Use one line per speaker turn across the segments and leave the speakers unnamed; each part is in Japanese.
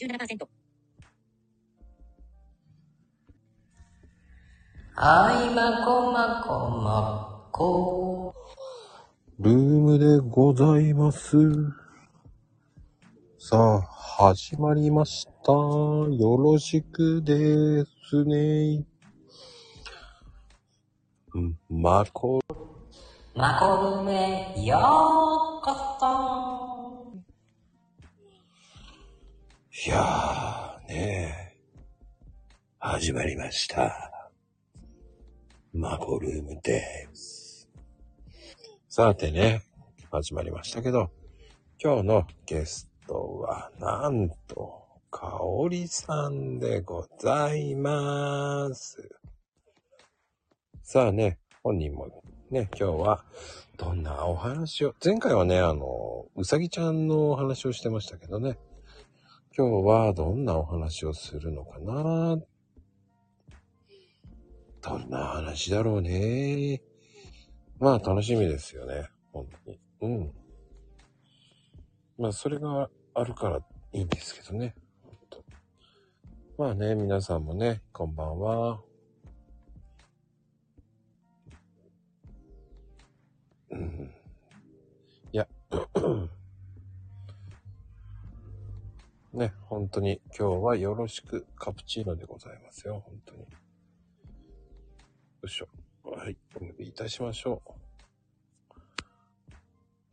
17%。
はい、まこまこまこ。
ルームでございます。さあ、始まりました。よろしくですね。うんまこ、
まこ組へようこそ。
いやー、ねえ。始まりました。まこルームです。さてね、始まりましたけど、今日のゲストは、なんと、かおりさんでございます。さあね、本人もね、今日は、どんなお話を、前回はね、あの、うさぎちゃんのお話をしてましたけどね、今日はどんなお話をするのかなどんな話だろうね。まあ楽しみですよね。本当に。うん。まあそれがあるからいいんですけどね。ほんとまあね、皆さんもね、こんばんは。うん。いや、ね、本当に今日はよろしくカプチーノでございますよ、本当に。よいしょ。はい、お呼びいたしましょう。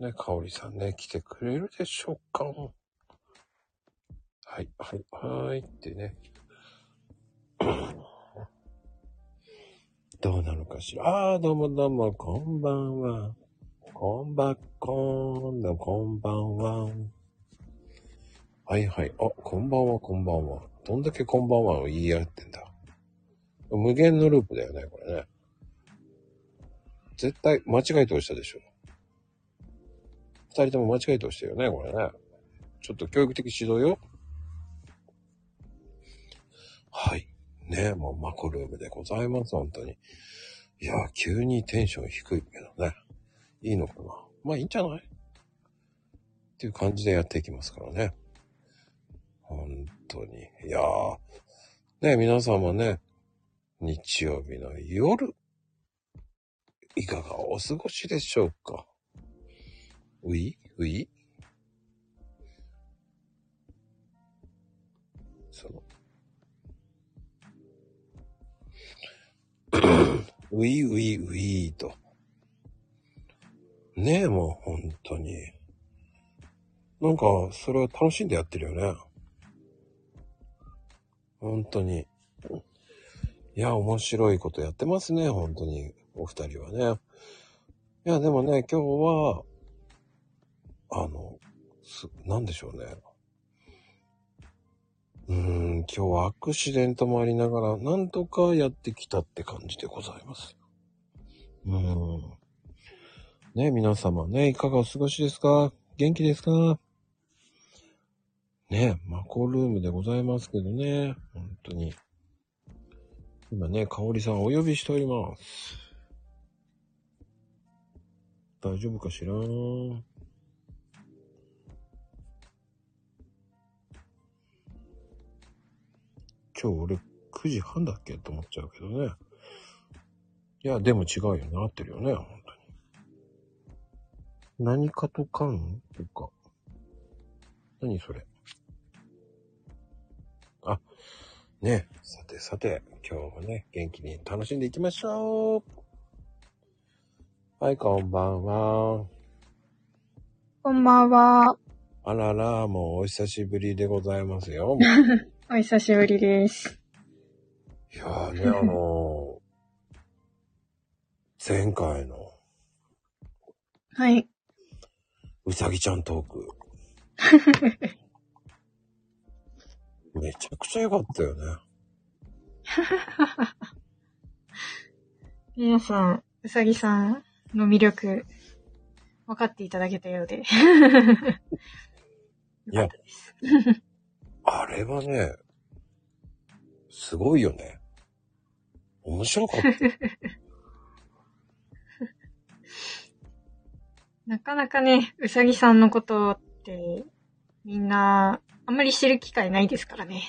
ね、かおりさんね、来てくれるでしょうかはい、はい、はいってね。 どうなのかしら。ああー、どうもどうも、こんばんは。こんばっこんだ、こんばんは。はいはい。あ、こんばんは、こんばんは。どんだけこんばんはを言い合ってんだ。無限のループだよね、これね。絶対間違え通したでしょ。二人とも間違え通したよね、これね。ちょっと教育的指導よ。はい。ねもうマコルームでございます、本当に。いやー、急にテンション低いけどね。いいのかな。まあいいんじゃないっていう感じでやっていきますからね。本当に。いやー。ね、皆様ね、日曜日の夜、いかがお過ごしでしょうかういういその、ういういういと。ねえ、もう本当に。なんか、それは楽しんでやってるよね。本当に。いや、面白いことやってますね、本当に。お二人はね。いや、でもね、今日は、あの、す、なんでしょうね。うーん、今日はアクシデントもありながら、なんとかやってきたって感じでございます。うーん。ね、皆様ね、いかがお過ごしですか元気ですかね、マコルームでございますけどね、本当に。今ね、かおりさんお呼びしております。大丈夫かしら今日俺9時半だっけと思っちゃうけどね。いや、でも違うよね。合ってるよね、本当に。何かとかんとか。何それ。あ、ねえ、さてさて、今日もね、元気に楽しんでいきましょう。はい、こんばんは。
こんばんは。
あらら、もうお久しぶりでございますよ。
お久しぶりです。
いやーね、あのー前回の
はい。
うさぎちゃんトーク。めちゃくちゃ良かったよね。
皆さん、うさぎさんの魅力、分かっていただけたようで。
いや、あれはね、すごいよね。面白かった。
なかなかね、うさぎさんのことって、みんなあんまりしてる機会ないですからね。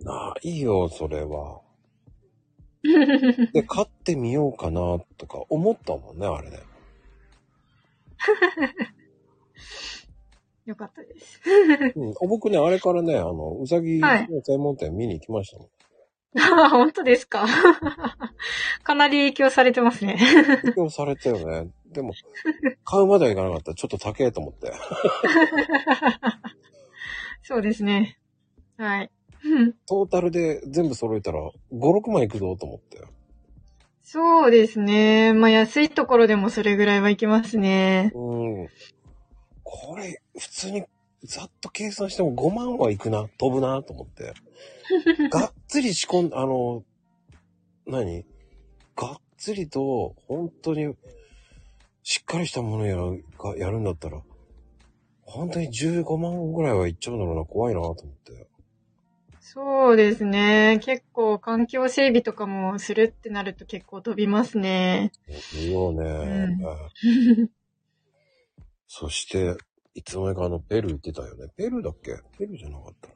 ないよ、それ は。で、買ってみようかな、とか思ったもんね、あれね。
よかったです。
うん、僕ね、あれからね、あの、うさぎの
はい
専門店見に行きましたもん。
ああ、本当ですか。 かなり影響されてますね。
影響されたよね。でも、買うまではいかなかった。ちょっと高えと思って。
そうですね。はい。
トータルで全部揃えたら、5、6万いくぞと思って。
そうですね。まあ安いところでもそれぐらいはいけますね。
うん。これ、普通に、ざっと計算しても5万はいくな、飛ぶなと思 って。がっつり仕込ん、あの、何がっつりと、本当に、しっかりしたものやるがやるんだったら、本当に15万ぐらいはいっちゃうんだろうな、怖いなと思って。
そうですね。結構環境整備とかもするってなると結構飛びますね。
いいよね、
うん
そして、いつの間にかあの、ペルー行ってたよね。ペルーだっけペルーじゃなかったな。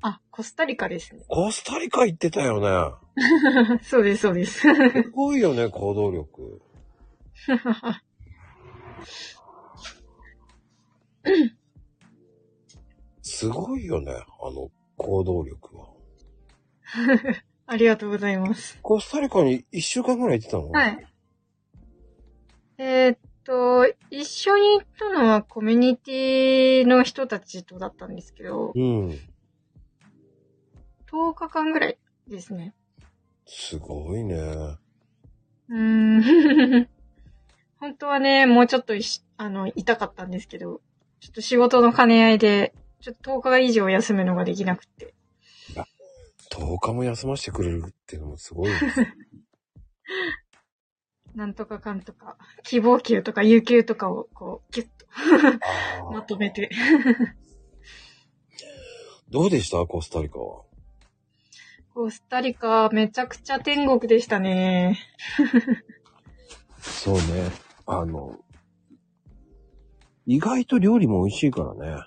あ、コスタリカですね。
コスタリカ行ってたよね。
そうです、そうです。
すごいよね、行動力。すごいよね、あの、行動力は。
ありがとうございます。
コスタリカに一週間ぐらい行ってたの。
はいい。えーっと、一緒に行ったのはコミュニティの人たちとだったんですけど、
うん。
10日間ぐらいですね。
すごいね。
うーん。 本当はね、もうちょっといし、あの、痛かったんですけど、ちょっと仕事の兼ね合いで、ちょっと10日以上休むのができなくて。
10日も休ませてくれるっていうのもすごいね。
なんとかかんとか、希望給とか有給とかをこう、ギュッと
あー
まとめて。
どうでしたコスタリカは。
コスタリカ、めちゃくちゃ天国でしたね。
そうね。あの、意外と料理も美味しいからね。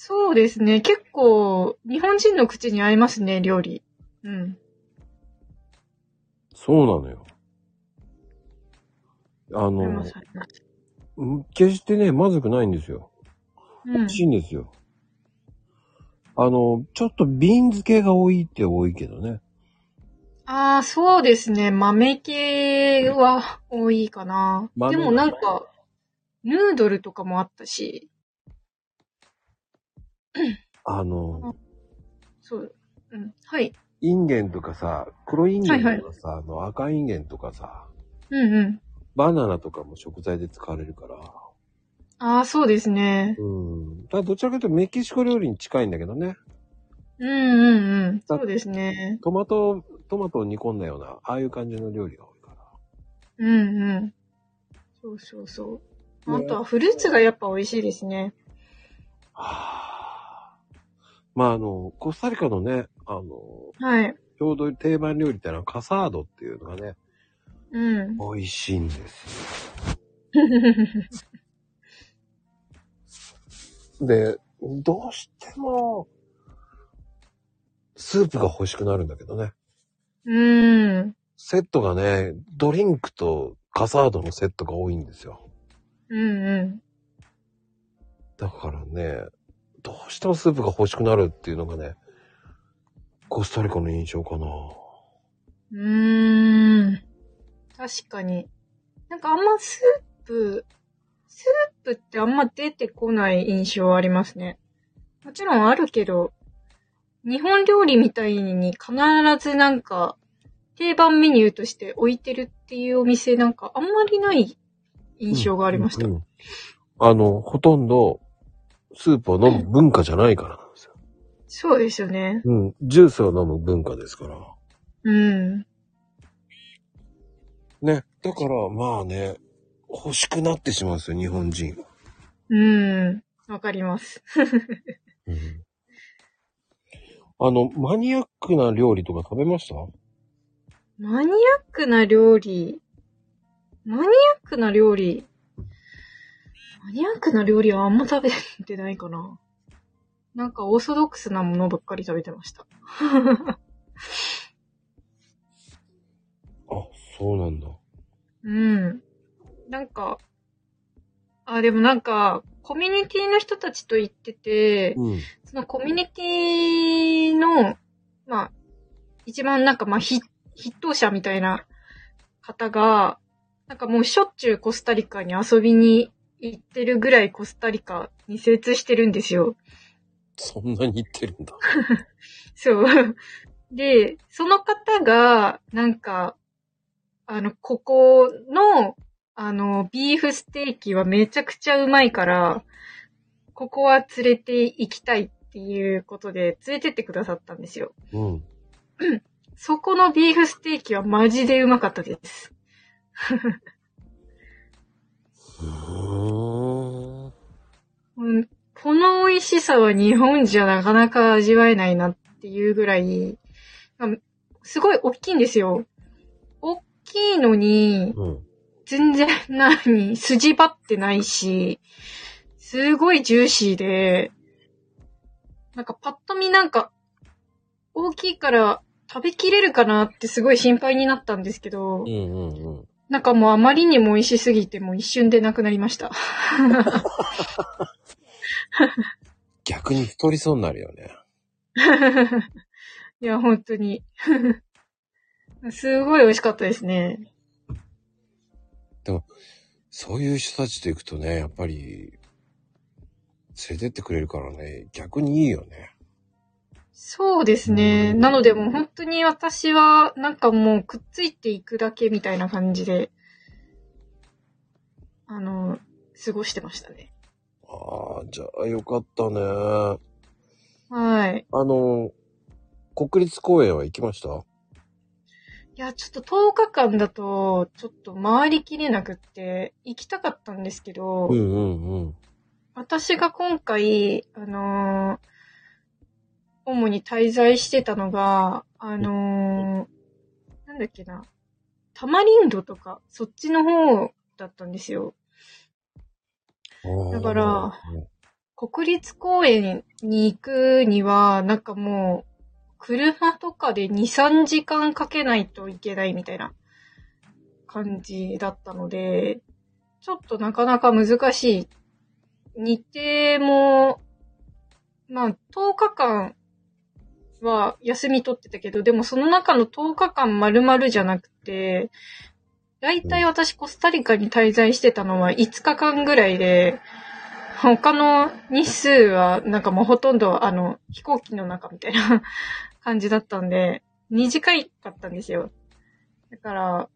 そうですね。結構、日本人の口に合いますね、料理。うん。
そうなのよ。あ
合いま
の
す、合います
うん決してね、まずくないんですよ。
う
美
ん
味しいんですよ。あの、ちょっと瓶漬けが多いって多いけどね。
ああ、そうですね。豆系は多いかな。
豆
でもなんか、ヌードルとかもあったし、
あの、
そう、うん、はい。
インゲンとかさ、黒インゲンとかさ、あの赤インゲンとかさ、
うんうん。
バナナとかも食材で使われるから。
ああ、そうですね。
うん。ただどちらかというとメキシコ料理に近いんだけどね。
うんうんうん。そうですね。
トマト、トマトを煮込んだような、ああいう感じの料理が多いから。
うんうん。そうそうそう。あとはフルーツがやっぱ美味しいですね。
はあまああの、コスタリカのね、あの、
はい。
郷土定番料理ってのはカサードっていうのがね、
うん。
美味しいんですよ。で、どうしても、スープが欲しくなるんだけどね。
うん。
セットがね、ドリンクとカサードのセットが多いんですよ。
うんうん。
だからね、どうしてもスープが欲しくなるっていうのがね、コスタリカの印象かな。
うーん。確かに。なんかあんまスープ、スープってあんま出てこない印象ありますね。もちろんあるけど、日本料理みたいに必ずなんか定番メニューとして置いてるっていうお店なんかあんまりない印象がありました。
うんうんあの、ほとんど、スープを飲む文化じゃないからなんですよ。
そうですよね。
うん。ジュースを飲む文化ですから。
うん。
ね。だから、まあね、欲しくなってしまうんですよ、日本人。
うん。わかります。
うん。あの、マニアックな料理とか食べました
マニアックな料理。マニアックな料理。マニアックな料理はあんま食べてないかな。なんかオーソドックスなものばっかり食べてました。
あ、そうなんだ。
うん。なんか、あ、でもなんか、コミュニティの人たちと行ってて、
うん。
そのコミュニティの、まあ、一番なんか、まあ、ひ筆頭者みたいな方が、なんかもうしょっちゅうコスタリカに遊びに行ってるぐらいコスタリカに精通してるんですよ。
そんなに言ってるんだ。
そう。 で、その方が、なんか、あの、ここの、あの、ビーフステーキはめちゃくちゃうまいから、ここは連れて行きたいっていうことで、連れてってくださったんですよ。
うん。
そこのビーフステーキはマジでうまかったです。
うーん。
うんこの美味しさは日本じゃなかなか味わえないなっていうぐらい、まあすごい大きいんですよ。大きいのに、
うん。
全然、何、筋張ってないし、すごいジューシーで、なんかパッと見なんか、大きいから食べきれるかなってすごい心配になったんですけ
う、
ど
んうんうん。
なんかもうあまりにも美味しすぎてもう一瞬でなくなりました。
逆に太りそうになるよね。
いや、本当に。すごい美味しかったですね。
そういう人たちと行くとね、やっぱり、連れてってくれるからね、逆にいいよね。
そうですね。
うん
なのでもう本当に私はなんかもうくっついていくだけみたいな感じで、あの、過ごしてましたね。
ああ、じゃあよかったね。あ
はい。
の、国立公園は行きました
いや、ちょっと10日間だと、ちょっと回りきれなくって、行きたかったんですけど、
うんうんうん。
私が今回、あのー主に滞在してたのが、あのーなんだっけな、タマリンドとか、そっちの方だったんですよ。
あー
だから、国立公園に行くには、なんかもう、車とかで2、3時間かけないといけないみたいな感じだったので、ちょっとなかなか難しい。日程も、まあ、10日間は休み取ってたけど、でもその中の10日間丸々じゃなくて、だいたい私コスタリカに滞在してたのは5日間ぐらいで、他の日数は、なんかもうほとんど、あの、飛行機の中みたいな 感じだったんで、短いかったんですよ。だから、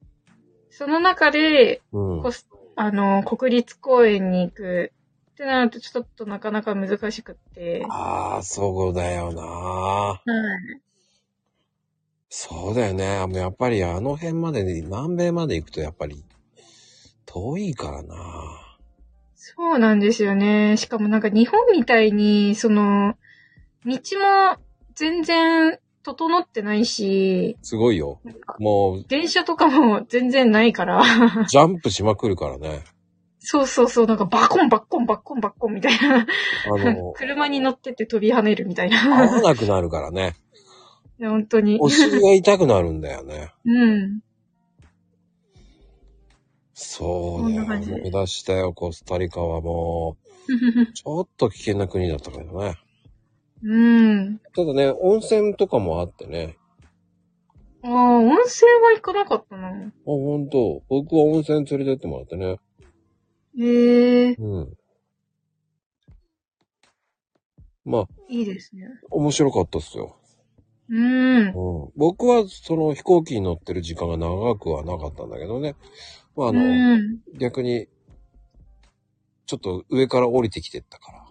その中で、
うん
コスあの、国立公園に行くってなると、ちょっとなかなか難しくって。
ああ、そうだよな。そうだよね。あのやっぱりあの辺まで、南米まで行くとやっぱり遠いからな。
そうなんですよね。しかもなんか日本みたいに、その、道も全然整ってないし、
すごいよ。もう、
電車とかも全然ないから。
ジャンプしまくるからね。
そうそうそう、なんかバコンバッコンバッコンバッコンみたいな。、
あの
車に乗ってって飛び跳ねるみたい
合
な。
わなくなるからね。
いや本当に。
お尻が痛くなるんだよね。
うん。
そうだ
そ
よ。
んな感じ
思い出したよ、コスタリカはもう、ちょっと危険な国だったけどね。
うん。
ただね、温泉とかもあってね。
ああ、温泉は行かなかったな。
あ、ほんと。僕は温泉連れてってもらってね。
ええ
うん。まあ、
いいですね。
面白かったっすよ。
うん。
うん。僕は、その飛行機に乗ってる時間が長くはなかったんだけどね。まあ、あの、
うん。
逆に、ちょっと上から降りてきてったから。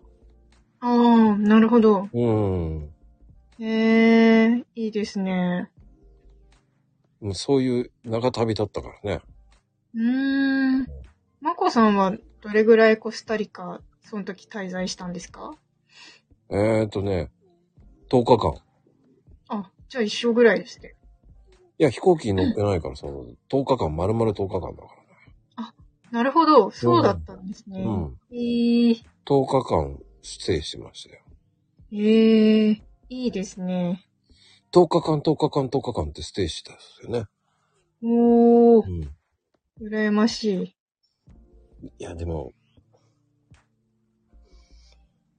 ああ、なるほど。
うん。
ええいいですね。
もうそういう長旅だったからね。
うーん。まこさんはどれぐらいコスタリカ、その時滞在したんですか
えー、っとね、10日間。
あ、じゃあ一生ぐらいですね。
いや、飛行機に乗ってないから、その、10日間、丸々10日間だか
なるほど。そうだったんです
ら
ね。
ね。うん。
ええ
10日間、ステイしてましたよ。
ええいいですね。
10日間、10日間、10日間ってステイしたんですよね。
おー
う、ん。
羨ま
い
し
や、でも、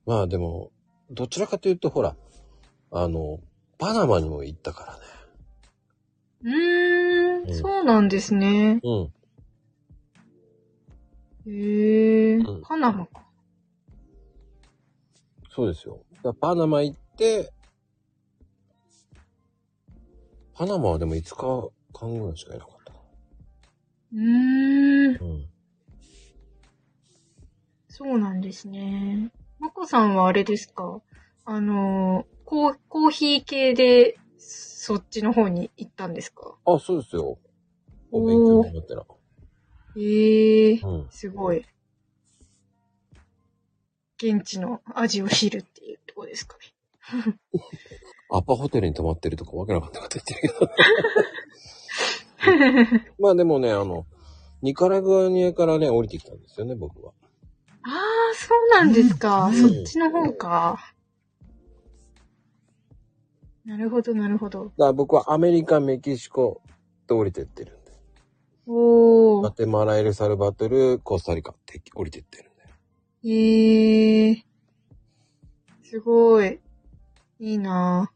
まあでも、どちらかというと、ほら、あの、パナマにも行ったからね。
い。うー
うん
ん、そうなんですね。
うん。
ええ
うん
パナマか。
そうですよ。だからパナマ行って、パナマはでも5日間ぐらいしかいなかったな。
うーん、
うん。
そうなんですね。まこさんはあれですかあのーコー、コーヒー系で、そっちの方に行ったんですか
あ、そうですよ。お勉強になってな。
ええ
うん。
すごい。現地の味を知るっていうとこですかね。
アパホテルに泊まってるとかわけなかったこと言ってるけど。まあでもね、あの、ニカラグアニからね、降りてきたんですよね、僕は。
ああ、そうなんですか。
うん
そっちの方か。なるほど、なるほど。
だから僕はアメリカ、メキシコと降りてってるんで。
お
マ
ー。
テマラ、エルサルバトル、コスタリカって降りてってるんで。
ええー。すごい。いいな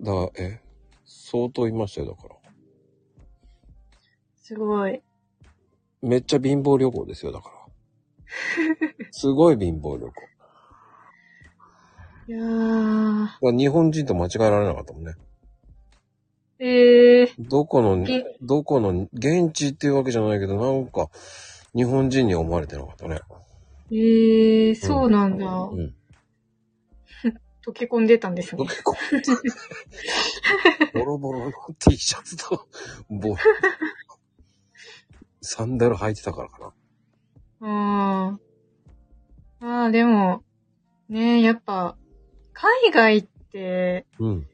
ぁ。
だから、え、相当いましたよ、だから。
すごい。
めっちゃ貧乏旅行ですよ、だから。すごい貧乏旅行。だか
いやー。
ら日本人と間違えられなかったもんね。
ええー。
どこの
え、
どこの、現地っていうわけじゃないけど、なんか、日本人に思われてなかったね。
ええー、そうなんだ。
うん。
溶け込んでたんですね。
結構、ボロボロの T シャツと、ボロ、サンダル履いてたからかな。
ああ。ああ、でも、ねえ、やっぱ、海外って、
うん。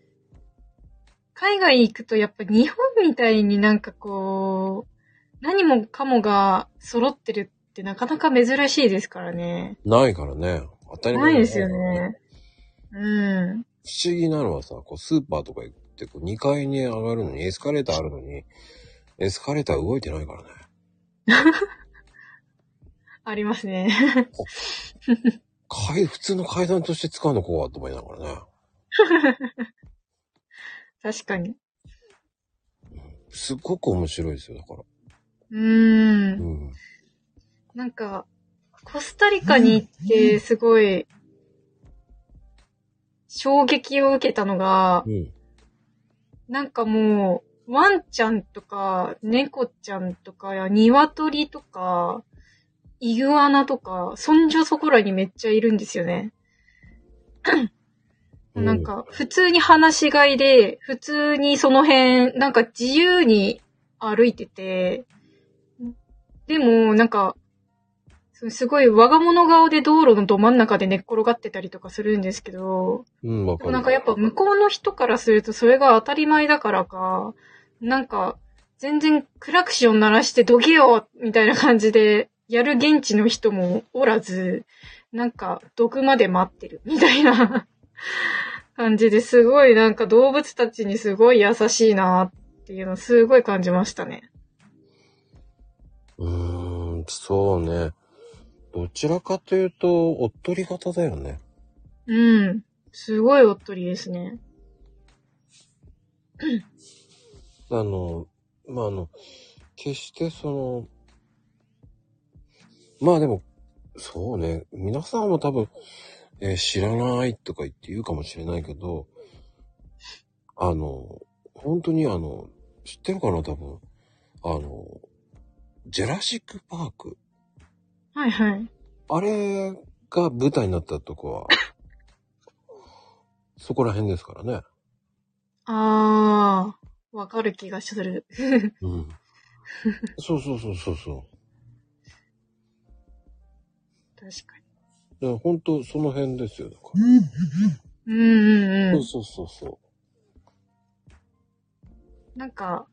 海外行くとやっぱ日本みたいになんかこう、何もかもが揃ってるってなかなか珍しいですからね。
ないからね。当たり
な
前
い
だ
ですよ。ね。うん。
不思議なのはさ、こう、スーパーとか行って、こう、2階に上がるのに、エスカレーターあるのに、エスカレーター動いてないからね。
ありますね。
階、普通の階段として使うのこうはと思いながらね。
確かに。
すっごく面白いですよ、だから。
うー。
うんん。
なんか、コスタリカに行ってすごい、衝撃を受けたのが、
うん。
なんかもう、ワンちゃんとか、猫ちゃんとか、鶏とか、イグアナとか、そんじょそこらにめっちゃいるんですよね。
うん
なんか、普通に話し飼いで、普通にその辺、なんか自由に歩いてて、でも、なんか、そのすごい我が物顔で道路のど真ん中で寝っ転がってたりとかするんですけど、
うん、わ
で
か
も
る。
なんかやっぱ向こうの人からするとそれが当たり前だからか、なんか全然クラクション鳴らしてどけよみたいな感じでやる現地の人もおらず、なんか毒まで待ってるみたいな 感じですごいなんか動物たちにすごい優しいなっていうのをすごい感じましたね。
うーん、そうね。どちらかというと、おっとり型だよね。
うん。すごいおっとりですね。
あの、まあ、あの、決してその、まあでも、そうね、皆さんも多分、えー知らないとか言って言うかもしれないけど、あの、本当にあの、知ってるかな多分。あの、ジェラシックパーク。
はいはい。
あれが舞台になったとこは、そこら辺ですからね。
あー、わかる気がする。
うん。そうそうそうそうそ
確か
う。で本当その辺ですよ。だか
に。うんうんう
ら
ん。
そうそうそうそ
なんか、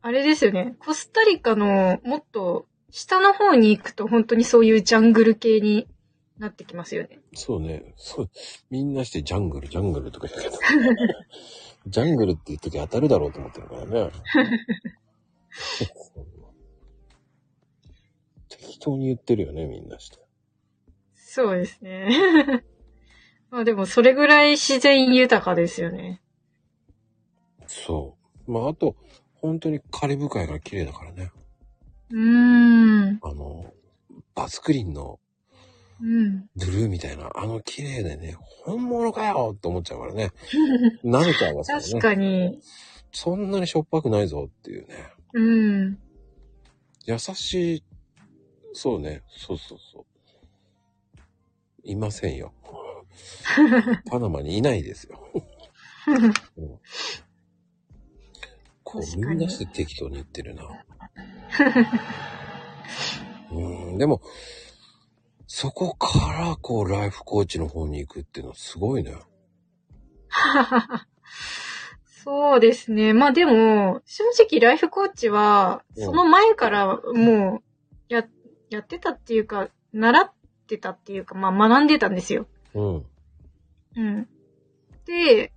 あれですよね。コスタリカのもっと下の方に行くと本当にそういうジャングル系になってきますよね。
そうね。そう。みんなしてジャングル、ジャングルとか言うけど。ジャングルって言うとき当たるだろうと思ってるからね。適当に言ってるよね、みんなして。
そうですね。 まあでもそれぐらい自然豊かですよね。
そう。まあ、あと、本当にカリブ海が綺麗だからね。
うーん。
あの、バスクリンの
うん。
ブルーみたいな、あの綺麗でね、本物かよって思っちゃうから ね。慣れちゃいますよ
確
ね。
かに。
そんなにしょっぱくないぞっていうね。
うん。
優しい、そうね、そうそうそう。いません よ。パナマにいないですよ。うんこ
確
う、
か
み
に
んなして適当に言って るな。うん、でも、そこから、こう、ライフコーチの方に行くっていうのはすごいね。
そうですね。まあでも、正直ライフコーチは、
うん
その前からもう、や、やってたっていうか、習ってたっていうか、まあ学んでたんですよ。
うん。
うん。で、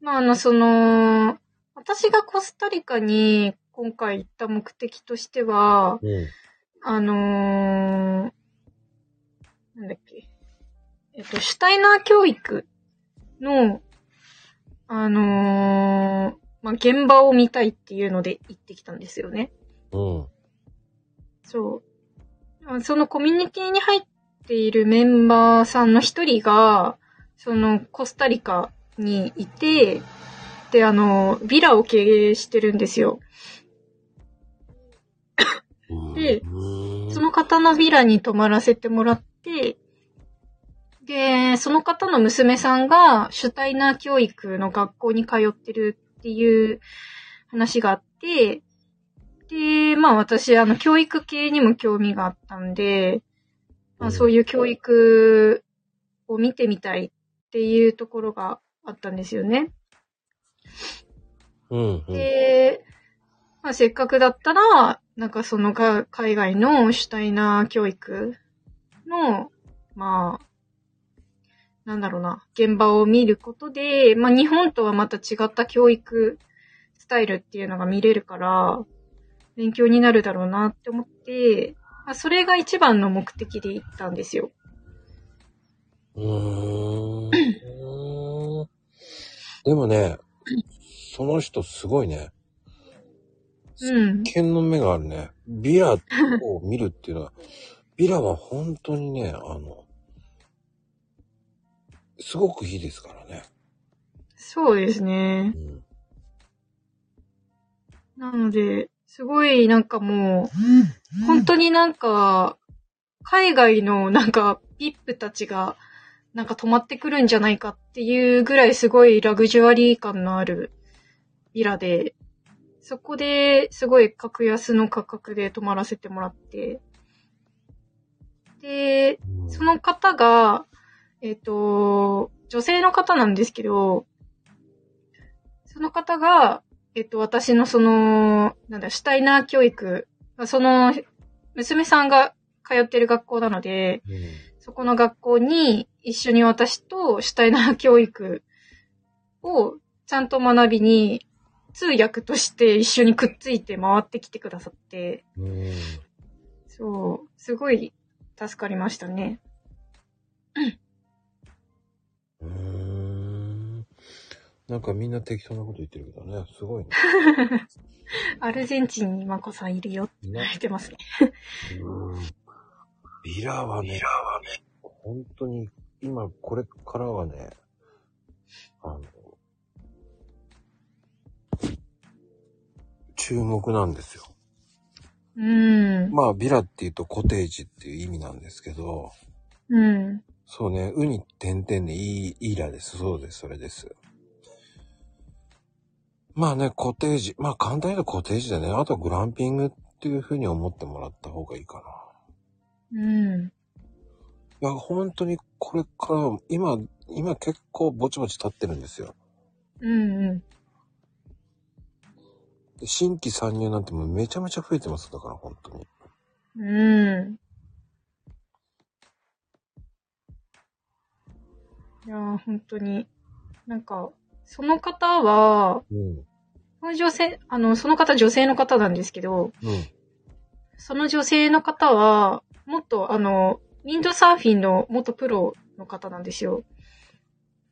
まああの、その、私がコスタリカに今回行った目的としては、
うん。
あのー、なんだっけ。えっと、シュタイナー教育の、あのー、まあ、現場を見たいっていうので行ってきたんですよね。
うん。
そうまあ。そのコミュニティに入っているメンバーさんの一人が、そのコスタリカにいて、で、あの、ビラを経営してるんですよ。
うん。
で
うん
その方のビラに泊まらせてもらって、で、その方の娘さんがシュタイナー教育の学校に通ってるっていう話があって、で、まあ私、あの、教育系にも興味があったんで、まあそういう教育を見てみたいっていうところがあったんですよね。
うん。うん。
で、まあ、せっかくだったら、なんかそのか海外のシュタイナー教育の、まあ、なんだろうな、現場を見ることで、まあ日本とはまた違った教育スタイルっていうのが見れるから、勉強になるだろうなって思って、まあ、それが一番の目的で行ったんですよ。
うーんでもね、その人すごいね。
うん。
剣の目があるね。ビラを見るっていうのは、ビラは本当にね、あの、すごくいいですからね。
そうですね
う。ん。
なので、すごいなんかもう、本当になんか、海外のなんか、VIP たちが、なんか泊まってくるんじゃないかっていうぐらいすごいラグジュアリー感のあるビラで、そこですごい格安の価格で泊まらせてもらって、で、
うん
その方が、えっ、と、女性の方なんですけど、その方が、えっ、と、私のその、なんだ、シュタイナー教育、まあその、娘さんが通ってる学校なので、
うん
そこの学校に一緒に私とシュタイナー教育をちゃんと学びに、通訳として一緒にくっついて回ってきてくださって、
うん
そう、すごい助かりましたね。
うーん。なんかみんな適当なこと言ってるけどね、すごいね。
アルゼンチンにマコさんいるよって言
ね
われてますね。
うんビラはね、ビラはね、本当に今これからはね、あの、注目なんですよ。
うん。
まあ、ビラっていうとコテージっていう意味なんですけど、
うん。
そうね、ウニ点々でいい、イーラです。そうです、それです。まあね、コテージ。まあ簡単に言うとコテージだね。あとグランピングっていう風に思ってもらった方がいいかな。
うん。
いや、本当にこれから、今、今結構ぼちぼち経ってるんですよ。
うん。うん。
で新規参入なんてもうめちゃめちゃ増えてます。だから本当に。
うん。いやー、本当に。なんか、その方は、
うん。
その女性、あの、その方女性の方なんですけど、
うん。
その女性の方は、もっとあの、ウィンドサーフィンの元プロの方なんですよ。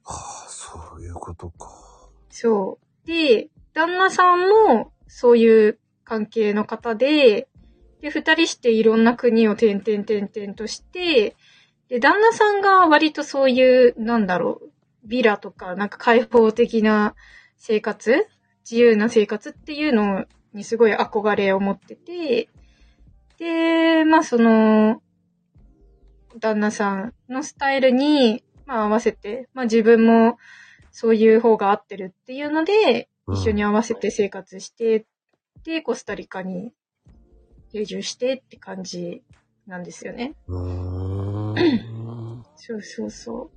ああ、そういうことか。
そう。で、旦那さんもそういう関係の方で、で、二人していろんな国を転々転々として、で、旦那さんが割とそういう、なんだろう、ビラとか、なんか開放的な生活自由な生活っていうのにすごい憧れを持ってて、で、まあその、旦那さんのスタイルに、まあ合わせて、まあ自分もそういう方が合ってるっていうので、
うん
一緒に合わせて生活して、で、コスタリカに定住してって感じなんですよね。
うーん。
そうそうそ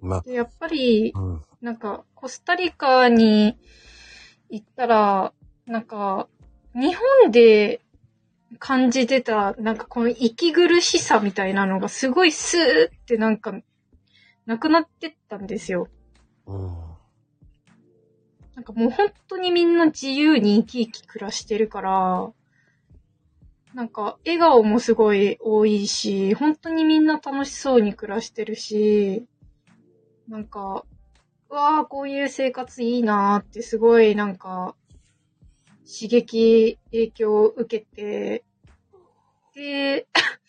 まあ
う。、でやっぱり、
うん。
なんか、コスタリカに行ったら、なんか、日本で感じてた、なんかこの息苦しさみたいなのがすごいスーってなんか、なくなってったんですよ。
うん。
なんかもう本当にみんな自由に生き生き暮らしてるから、なんか笑顔もすごい多いし、本当にみんな楽しそうに暮らしてるし、なんか、うわあ、こういう生活いいなーってすごいなんか、刺激、影響を受けて、で、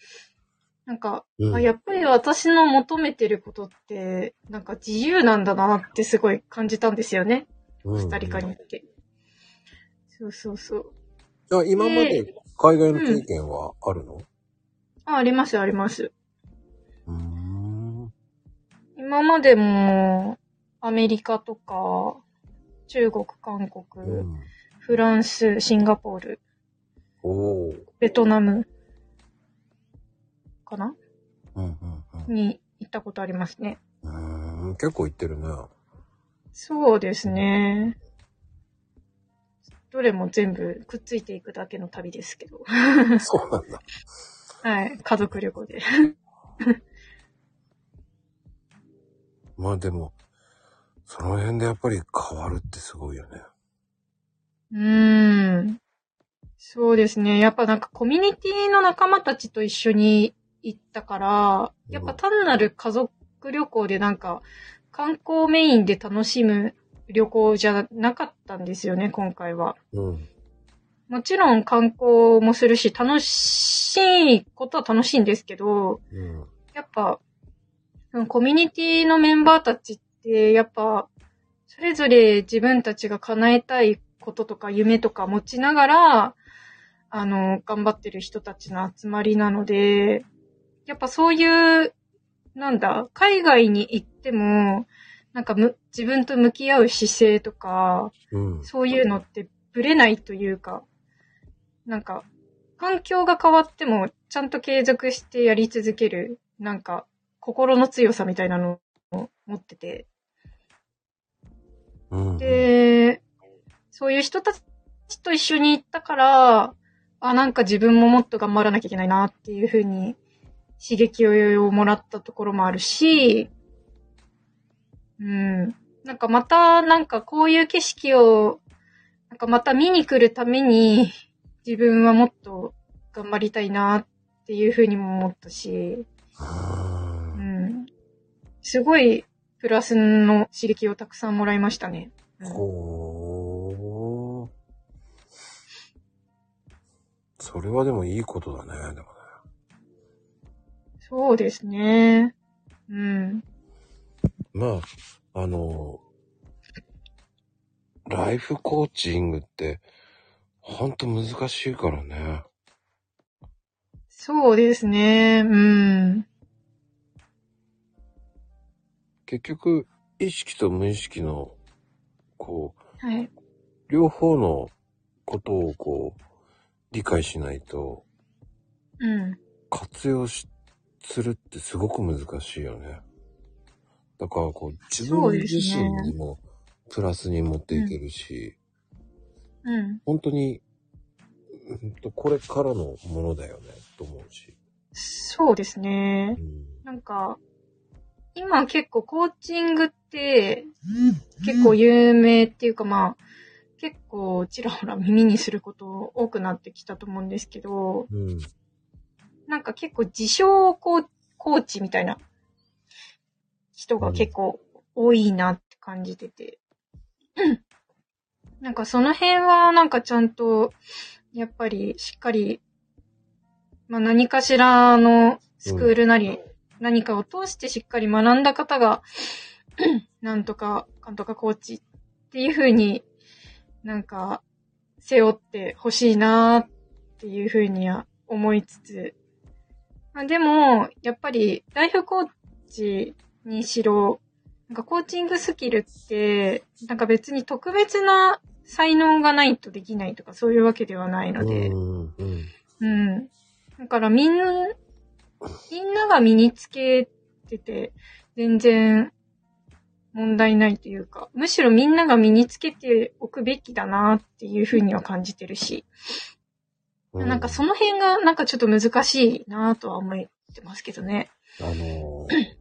なんか、
うん
あやっぱり私の求めてることって、なんか自由なんだなってすごい感じたんですよね。コスタリカに行って。そうそうそう。
じゃあ今まで海外の経験はあるの
あ、ありますあります。
うーん。
今までも、アメリカとか、中国、韓国、
うん。
フランス、シンガポール、
おお。
ベトナム、かな
うんうん
に行ったことありますね。
うん。うーん。結構行ってるね。
そうですね。どれも全部くっついていくだけの旅ですけど。
そうなんだ。
はい。家族旅行で。
まあでも、その辺でやっぱり変わるってすごいよね。
うーん。そうですね。やっぱなんかコミュニティの仲間たちと一緒に行ったから、やっぱ単なる家族旅行でなんか観光メインで楽しむ旅行じゃなかったんですよね、今回は。
うん。
もちろん観光もするし、楽しいことは楽しいんですけど、
うん。
やっぱ、そのコミュニティのメンバーたちって、やっぱ、それぞれ自分たちが叶えたいこととか夢とか持ちながら、あの、頑張ってる人たちの集まりなので、やっぱそういう、なんだ、海外に行っても、なんかむ、自分と向き合う姿勢とか、
うん。
そういうのってブレないというか、なんか、環境が変わっても、ちゃんと継続してやり続ける、なんか、心の強さみたいなのを持ってて。
うん。
で、そういう人たちと一緒に行ったから、あ、なんか自分ももっと頑張らなきゃいけないなっていうふうに、刺激をもらったところもあるし、うん。なんかまた、なんかこういう景色を、なんかまた見に来るために、自分はもっと頑張りたいなっていうふうにも思ったし、
う。
うんん。すごい、プラスの刺激をたくさんもらいましたね。うん
ほう。それはでもいいことだね。でもね。
そうですね。うん。
まあ、あの、ライフコーチングって、ほんと難しいからね。
そうですね。うん。
結局、意識と無意識の、こう、
はい。
両方のことをこう、理解しないと、
うん。
活用し、するってすごく難しいよね。だから、こう、自
そう
分
です
自
ね
身にも、プラスに持っていけるし、
うん。
本当に、うんと、これからのものだよね、と思うし。
そうですね
う。ん
なんか、今結構コーチングって、結構有名っていうかまあ、結構ちらほら耳にすること多くなってきたと思うんですけど、
うん。
なんか結構自称コーコーチみたいな人が結構多いなって感じてて。なんかその辺はなんかちゃんと、やっぱりしっかり、まあ何かしらのスクールなり、何かを通してしっかり学んだ方が、 なんとか、かんとかコーチっていう風になんか背負ってほしいなっていう風には思いつつ、まあ、でも、やっぱりライフコーチにしろ、なんかコーチングスキルって、なんか別に特別な才能がないとできないとかそういうわけではないので、
うん。うん。
うん。だからみんな、みんなが身につけてて、全然問題ないというか、むしろみんなが身につけておくべきだなっていうふうには感じてるし、
う
なんかその辺がなんかちょっと難しいなとは思ってますけどね。
あのー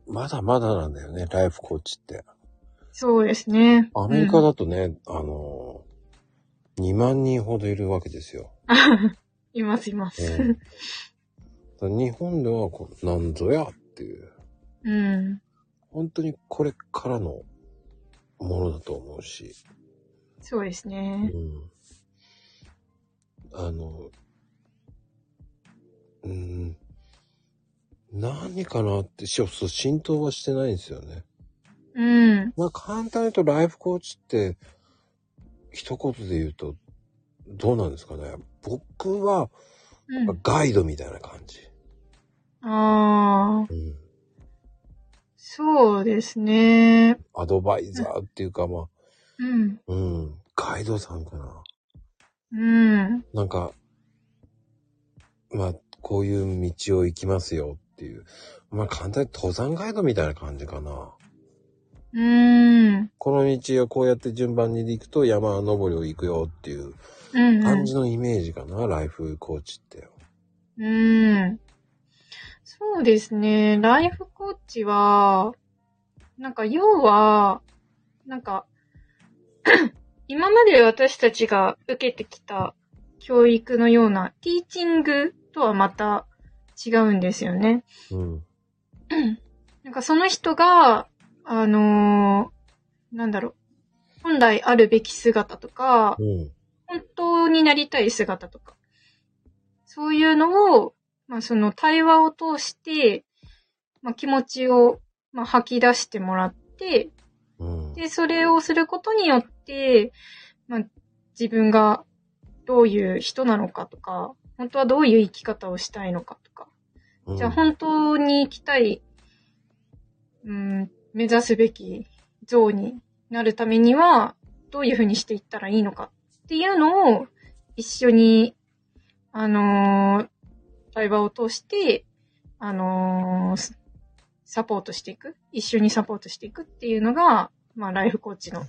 まだまだなんだよね、ライフコーチって。
そうですね。
アメリカ
うん
だとね、あのー2万人ほどいるわけですよ。
いますいます。
うんだから日本ではこう、なんぞやっていう。
うん。
本当にこれからのものだと思うし、
そうです
う
ね。
ん、あの、うん、何かなって、しそう浸透はしてないんですよね。
うん。
まあ簡単に言うとライフコーチって、一言で言うと、どうなんですかね。僕は
うん。
ガイドみたいな感じ。
ああ、
うん、
そうですね。
アドバイザーっていうか、まあ、
うん。
うん、ガイドさんかな。
うん。
なんか、まあ、こういう道を行きますよっていう。まあ、簡単に登山ガイドみたいな感じかな。
うん。
この道をこうやって順番に行くと山登りを行くよっていう
うん
感じのイメージかな、ライフコーチって。
うん。うん。そうですね。ライフコーチは、なんか要は、なんか、 今まで私たちが受けてきた教育のようなティーチングとはまた違うんですよね。
うん。
なんかその人が、あのーなんだろう、本来あるべき姿とか、
うん。
本当になりたい姿とか、そういうのを、まあその対話を通して、まあ気持ちを、まあ吐き出してもらって、
うん。
で、それをすることによって、まあ自分がどういう人なのかとか、本当はどういう生き方をしたいのかとか、
うん
じゃあ本当に行きたい、うん、目指すべき像になるためには、どういうふうにしていったらいいのかっていうのを、一緒に、あのー対話を通して、あのーサポートしていく、一緒にサポートしていくっていうのが、まあ、ライフコーチの、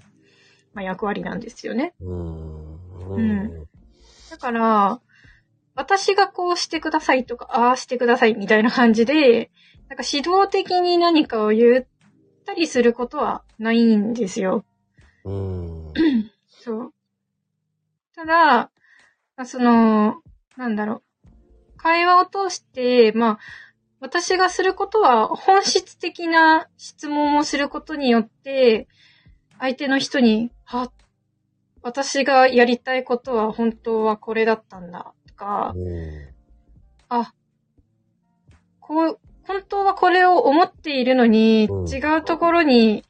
まあ、役割なんですよね。
うん。う
うんん。だから、私がこうしてくださいとか、ああしてくださいみたいな感じで、なんか指導的に何かを言ったりすることはないんですよ。
うん。
そう。ただ、まあその、なんだろう。会話を通して、まあ、私がすることは本質的な質問をすることによって、相手の人に、あ、私がやりたいことは本当はこれだったんだ、とか、
うん
あ、こう、本当はこれを思っているのに、
うん
違うところに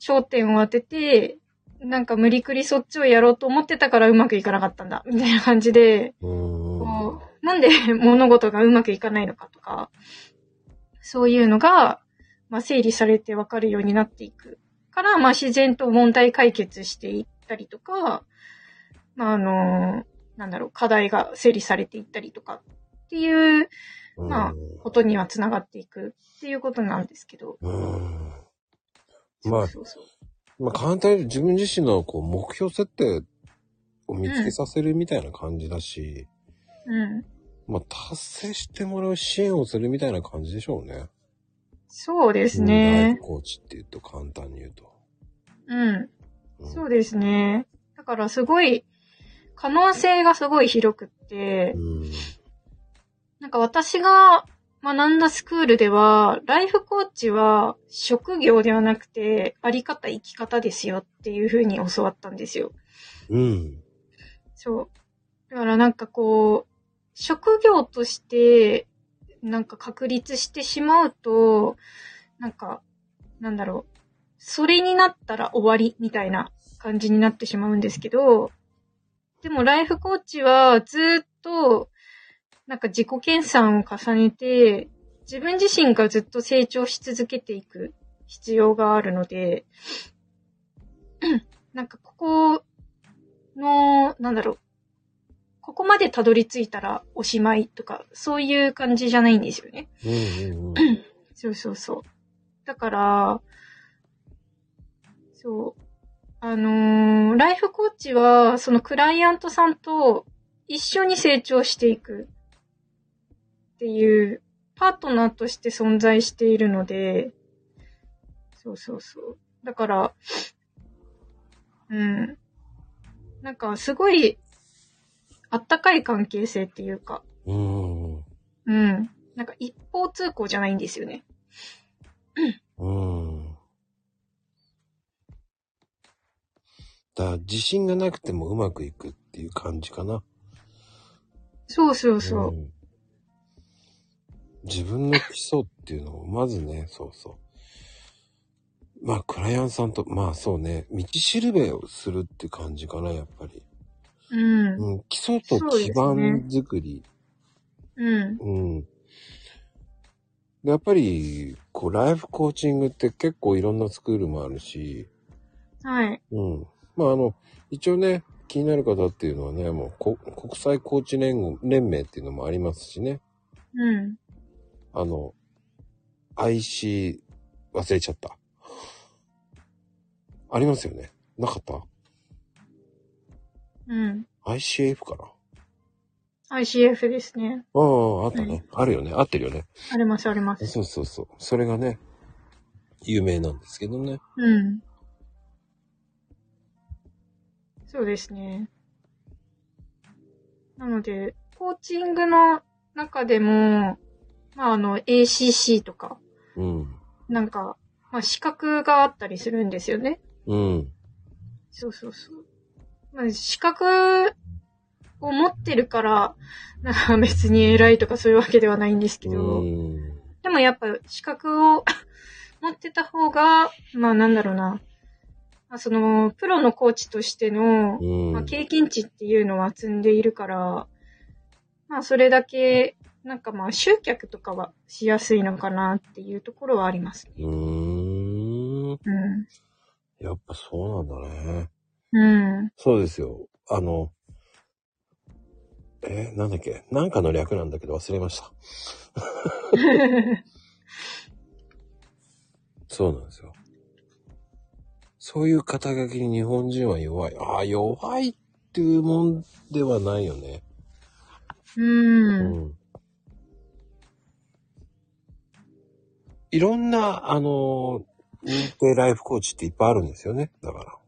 焦点を当てて、なんか無理くりそっちをやろうと思ってたからうまくいかなかったんだ、みたいな感じで、
うん。
こう、なんで物事がうまくいかないのかとか、そういうのが、まあ、整理されてわかるようになっていくから、まあ、自然と問題解決していったりとか、まあ、あの、なんだろう、課題が整理されていったりとかっていう
うん
まあことにはつながっていくっていうことなんですけど。
うん。まあ、
そうそう
まあ、簡単に自分自身のこう目標設定を見つけさせるみたいな感じだし、
うん。
まあ、達成してもらう支援をするみたいな感じでしょうね。
そうですね。
コーチって言うと簡単に言うと。
うん。
うん
そうですね。だからすごい、可能性がすごい広くって、
うん。
なんか私が学んだスクールでは、ライフコーチは職業ではなくて、あり方、生き方ですよっていう風に教わったんですよ。
うん。
そう。だからなんかこう、職業として、なんか確立してしまうと、なんか、なんだろう。それになったら終わりみたいな感じになってしまうんですけど、でもライフコーチはずーっと、なんか自己研鑽を重ねて、自分自身がずっと成長し続けていく必要があるので、 なんかここの、なんだろう、ここまでたどり着いたらおしまいとか、そういう感じじゃないんですよね。
うん。うん。
そうそうそう。だから、そう。あのーライフコーチは、そのクライアントさんと一緒に成長していくっていうパートナーとして存在しているので、そうそうそう。だから、うん。なんかすごい、あったかい関係性っていうか、
うん。
うん。なんか一方通行じゃないんですよね。
うん。だから自信がなくてもうまくいくっていう感じかな。
そうそうそう。
ん自分の基礎っていうのを、まずね、そうそう。まあ、クライアントさんと、まあそうね、道しるべをするって感じかな、やっぱり。
うん。
うん、基礎と
そうです
基
ね
盤作り。
うん。
うん。でやっぱり、こう、ライフコーチングって結構いろんなスクールもあるし、
はい。
うん。まあ、あの、一応ね、気になる方っていうのはね、もうこ、国際コーチ連合連盟っていうのもありますしね。
うん。
あの、IC、忘れちゃった。ありますよね。なかった
うん。
?ICF かな
ICF ですね。
ああ、あったね。あるよね。合ってるよね。
あります、あります。
そうそうそう。それがね、有名なんですけどね。
うん。そうですね。なので、コーチングの中でも、まあ、あの、ACC とか、
うん。
なんか、まあ、資格があったりするんですよね。
うん。
そうそうそう。まあ、資格を持ってるから、なんか別に偉いとかそういうわけではないんですけ
う
ど、
ん。
でもやっぱ資格を 持ってた方が、まあなんだろうな。まあ、その、プロのコーチとしての、
うん。
まあ、経験値っていうのは積んでいるから、まあそれだけ、なんかまあ集客とかはしやすいのかなっていうところはあります
う
ね。
ーん。
うん。
やっぱそうなんだね。
うん。
そうですよ。あの、えーなんだっけなんかの略なんだけど忘れました。そうなんですよ。そういう肩書きに日本人は弱い。ああ、弱いっていうもんではないよね。
う。
うんん。いろんな、あの、認定ライフコーチっていっぱいあるんですよね。だか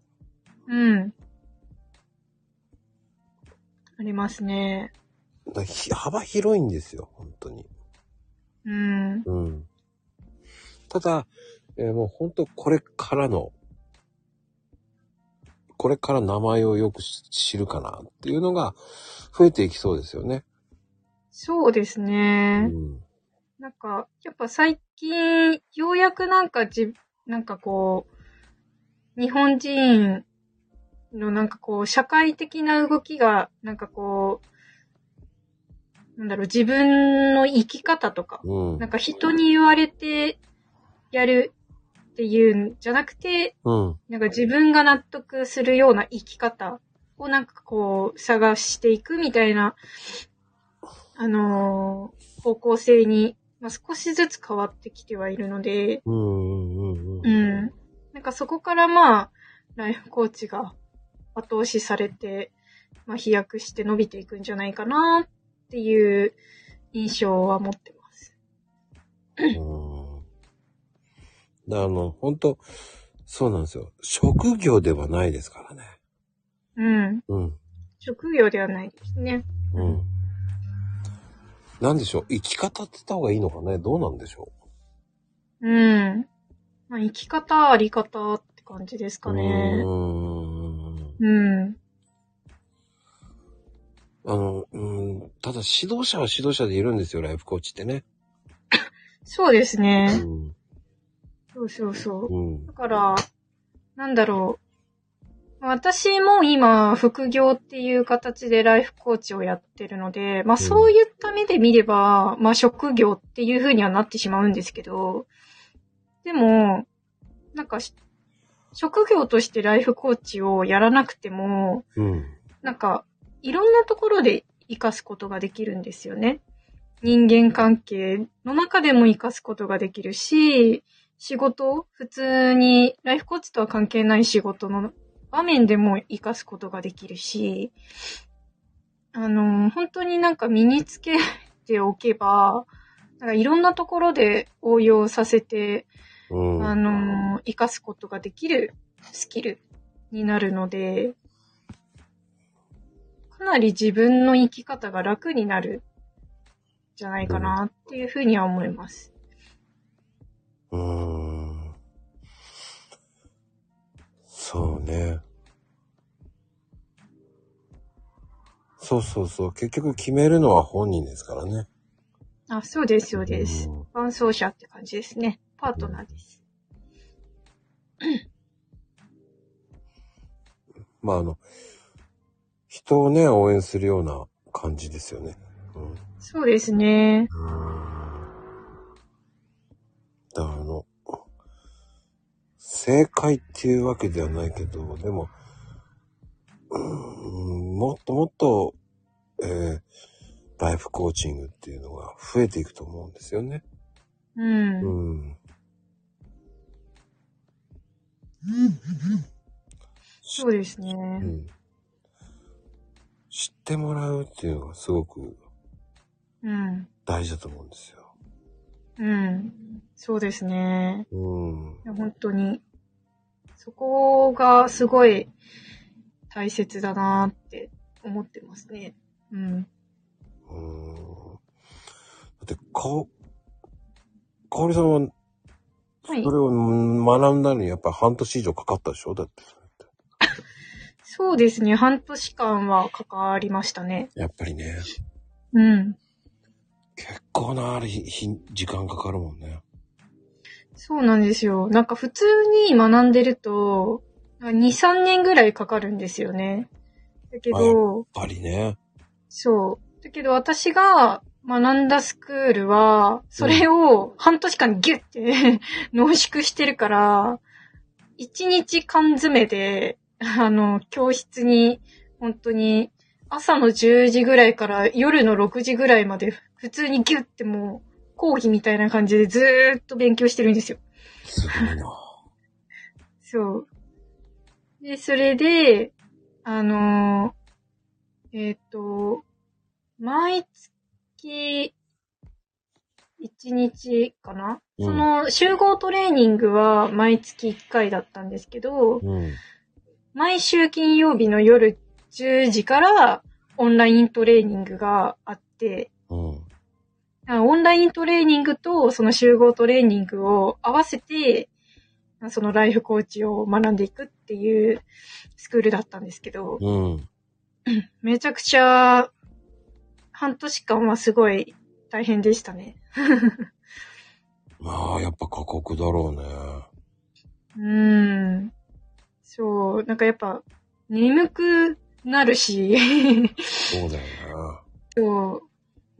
ら。
うん。ありますね。
だからひ幅広いんですよ、本当に。
うん。
うん。ただ、えーもう本当これからの、これから名前をよくし知るかなっていうのが増えていきそうですよね。
そうです
う
ね。
ん。
なんか、やっぱ最近、ようやくなんかじ、なんかこう、日本人のなんかこう、社会的な動きが、なんかこう、なんだろう、自分の生き方とか、
うん。
なんか人に言われてやるっていうんじゃなくて、
うん。
なんか自分が納得するような生き方をなんかこう探していくみたいな、あのー方向性に、まあ、少しずつ変わってきてはいるので、
うん。うん。うん。
う。ん。なんかそこからまあ、ライフコーチが後押しされて、まあ飛躍して伸びていくんじゃないかなっていう印象は持ってます。
うんあの、本当そうなんですよ。職業ではないですからね。
うん。
うん。
職業ではないですね。
うん。なんでしょう。生き方って言った方がいいのかね。どうなんでしょ
うん。まあ、生き方、あり方って感じです
う。
か
う
ね。
ーん。
うん。
あの、うん。ただ指導者は指導者でいるんですよ。ライフコーチってね。
そうです
う
ね。
ん。
そうそうそう。
うん
だ。から、なんだろう。私も今、副業っていう形でライフコーチをやってるので、まあそういった目で見れば、まあ職業っていう風にはなってしまうんですけど、でも、なんかし、職業としてライフコーチをやらなくても、
うん。
なんか、いろんなところで活かすことができるんですよね。人間関係の中でも活かすことができるし、仕事、普通にライフコーチとは関係ない仕事の場面でも活かすことができるし、あの、本当になんか身につけておけば、なんかいろんなところで応用させて
うん。
あの、生かすことができるスキルになるので、かなり自分の生き方が楽になるんじゃないかなっていうふうには思います。
うーん。そうね。そうそうそう。結局決めるのは本人ですからね。
あ、そうです、そうです
うん。
伴走者って感じですね。パートナーです。
まああの、人をね、応援するような感じですよね。うん。
そうですね。
だからあの、正解っていうわけではないけど、でも、うーんもっともっと、えーライフコーチングっていうのが増えていくと思うんですよね。
うん。
うん。
そうです
う
ね。
ん。知ってもらうっていうのがすごく
うん。
大事だと思うんですよ。
うん。そうですね。
うん。
いや本当に、そこがすごい大切だなって思ってますね。うん。
うーんだって、かお、かおりさんは、そ
はい
れを学んだのにやっぱり半年以上かかったでしょだって。
そうですね。半年間はかかりましたね。
やっぱりね、
うん。
結構なある日、日時間かかるもんね。
そうなんですよ。なんか普通に学んでると、2、3年ぐらいかかるんですよね。だけど、
やっぱりね。
そう。だけど私が学んだスクールは、それを半年間ギュッて 濃縮してるから、一日缶詰で、あの、教室に、本当に、朝の10時ぐらいから夜の6時ぐらいまで、普通にギュッてもう、講義みたいな感じでずーっと勉強してるんですよ。
すごいな。
そう。で、それで、あのーえっ、と、毎月、1日かな、
うん
その、集合トレーニングは毎月1回だったんですけど、
うん。
毎週金曜日の夜10時からオンライントレーニングがあって、
うん。
あオンライントレーニングとその集合トレーニングを合わせて、あそのライフコーチを学んでいくっていうスクールだったんですけど、
うん。
めちゃくちゃ半年間はすごい大変でしたね。
まあ、やっぱ過酷だろうね。
うーん。そう、なんかやっぱ眠くなるし、
そうだよ
そう、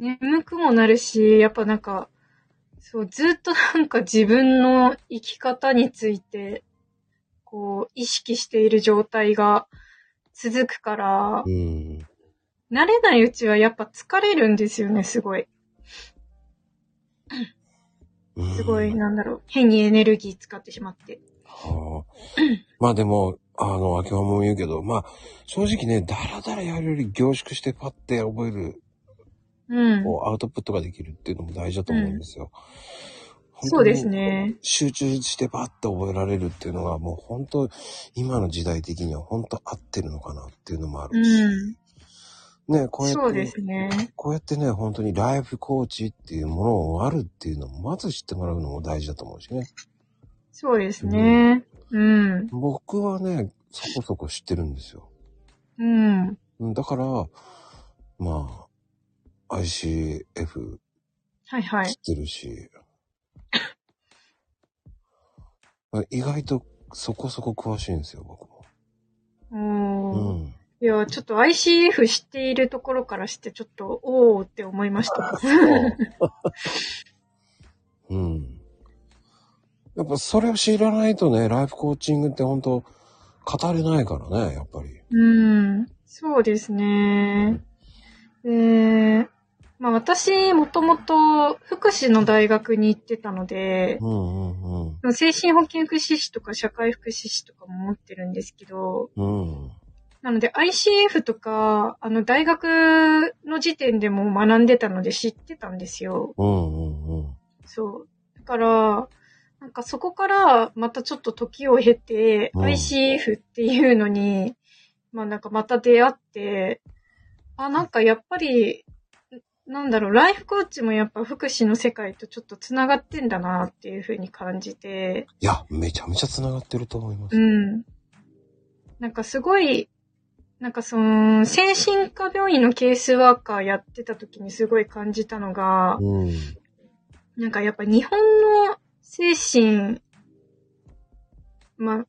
眠くもなるし、やっぱなんか、そう、ずっとなんか自分の生き方について、こう、意識している状態が続くから、
ね。
慣れないうちはやっぱ疲れるんですよね、すごい。
うん。
すごい、
うん
なんだろう、変にエネルギー使ってしまって。
はあまあでも、あの、秋葉も言うけど、まあ、正直ね、だらだらやるより凝縮してパッて覚える
うん。
こうアウトプットができるっていうのも大事だと思うんですよ。に
そうですね。
集中してバッと覚えられるっていうのがもう本当、今の時代的には本当合ってるのかなっていうのもあ
う
るし。
ん。
ね、こうやって。
そうですね。
こうやってね、本当にライフコーチっていうものをあるっていうのをまず知ってもらうのも大事だと思うしね。
そうですね。うん。
僕はね、そこそこ知ってるんですよ。
うん。
うんだから、まあ、ICF
はいは
知っ
い。
てるし、 あ意外とそこそこ詳しいんですよ、僕も。
お
う
ー
ん。
いや、ちょっと ICF 知っているところからして、ちょっと、おーって思いました。
そう。うん。やっぱそれを知らないとね、ライフコーチングって本当語れないからね、やっぱり。
うん。そうですね。で、まあ私、もともと福祉の大学に行ってたので、
うんうん
精神保健福祉士とか社会福祉士とかも持ってるんですけど、
うん。うん。
なので ICF とか、あの大学の時点でも学んでたので知ってたんですよ。
うんうんうん。
そう。だから、なんかそこからまたちょっと時を経て、
うん
ICF っていうのに、まあなんかまた出会って、あ、なんかやっぱり、なんだろう、ライフコーチもやっぱ福祉の世界とちょっと繋がってんだなっていうふうに感じて、
いや、めちゃめちゃ繋がってると思います。
うん。なんかすごい、なんかその、精神科病院のケースワーカーやってた時にすごい感じたのが、
うん。
なんかやっぱ日本の精神、まあ、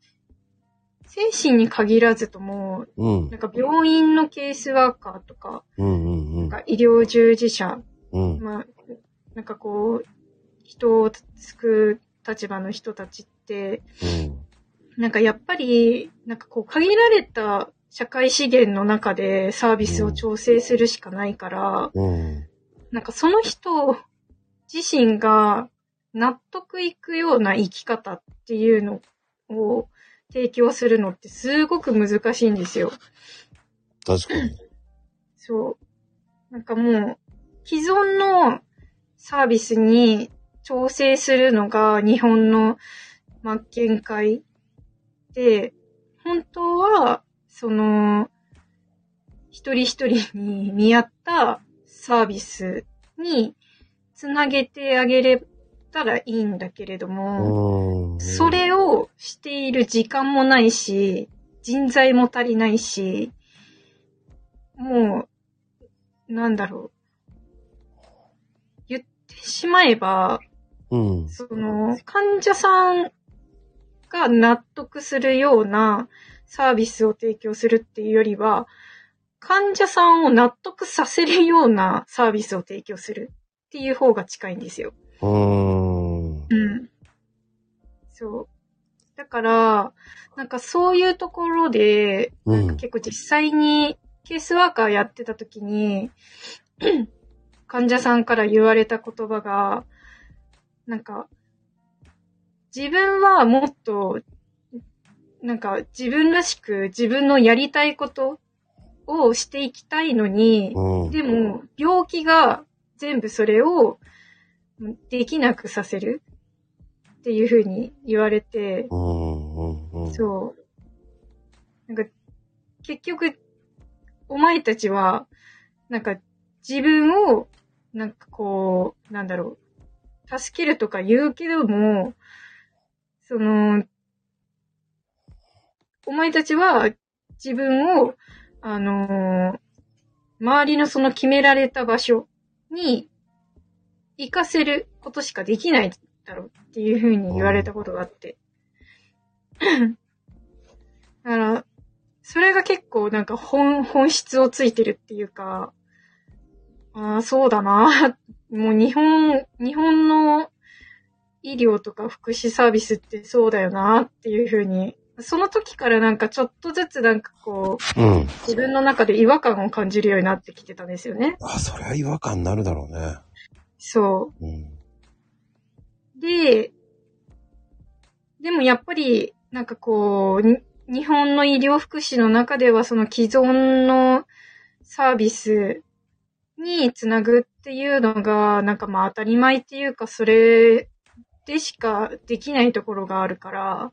精神に限らずとも、
うん
な。んか病院のケースワーカーとか、
うんうんうん。
なんか医療従事者、
うん。
まあ、なんかこう、人を救う立場の人たちって、
うん。
なんかやっぱり、なんかこう限られた社会資源の中でサービスを調整するしかないから、
うん。
なんかその人自身が納得いくような生き方っていうのを提供するのってすごく難しいんですよ。
確かに。
そう。なんかもう、既存のサービスに調整するのが日本の、まあ、限界で、本当は、その、一人一人に見合ったサービスにつなげてあげれたらいいんだけれども、
うん。
それをしている時間もないし、人材も足りないし、もう、なんだろう。言ってしまえば、
うん。
その、患者さんが納得するようなサービスを提供するっていうよりは、患者さんを納得させるようなサービスを提供するっていう方が近いんですよ。
うん。
うん。そう。だから、なんかそういうところで、
う
なん
ん
か結構実際にケースワーカーやってた時に、患者さんから言われた言葉が、なんか、自分はもっと、なんか自分らしく自分のやりたいことをしていきたいのに、
うん。
でも、病気が全部それをできなくさせるっていう風に言われて、
うんうんうん。
そう。なんか、結局、お前たちは、なんか、自分を、なんかこう、なんだろう、助けるとか言うけども、その、お前たちは自分を、あのー周りのその決められた場所に行かせることしかできないだろうっていうふうに言われたことがあって。 だから、それが結構なんか本、本質をついてるっていうか、ああ、そうだな。 もう日本、日本の医療とか福祉サービスってそうだよなっていうふうに、その時からなんかちょっとずつなんかこう、
うん。
自分の中で違和感を感じるようになってきてたんですよね。
あ、それは違和感になるだろうね。
そ
うん。
う。で、でもやっぱり、なんかこう、に日本の医療福祉の中ではその既存のサービスにつなぐっていうのが、なんかまあ当たり前っていうか、それでしかできないところがあるから、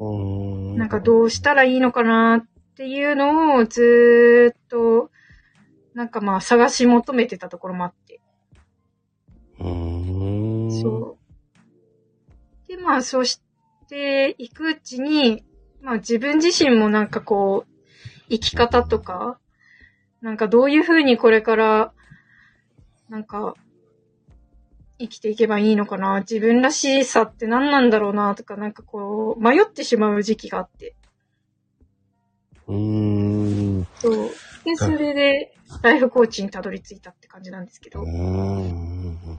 う
なんかどうしたらいいのかなっていうのをずーっと、なんかまあ探し求めてたところもあって。
うーん。
そう。でまあそうしていくうちに、まあ自分自身もなんかこう、生き方とか、なんかどういうふうにこれから、なんか、生きていけばいいのかな、自分らしさって何なんだろうな、とかなんかこう、迷ってしまう時期があって。
う。うーん。
そう。で、それで、ライフコーチにたどり着いたって感じなんですけ
う
ど。
ーん。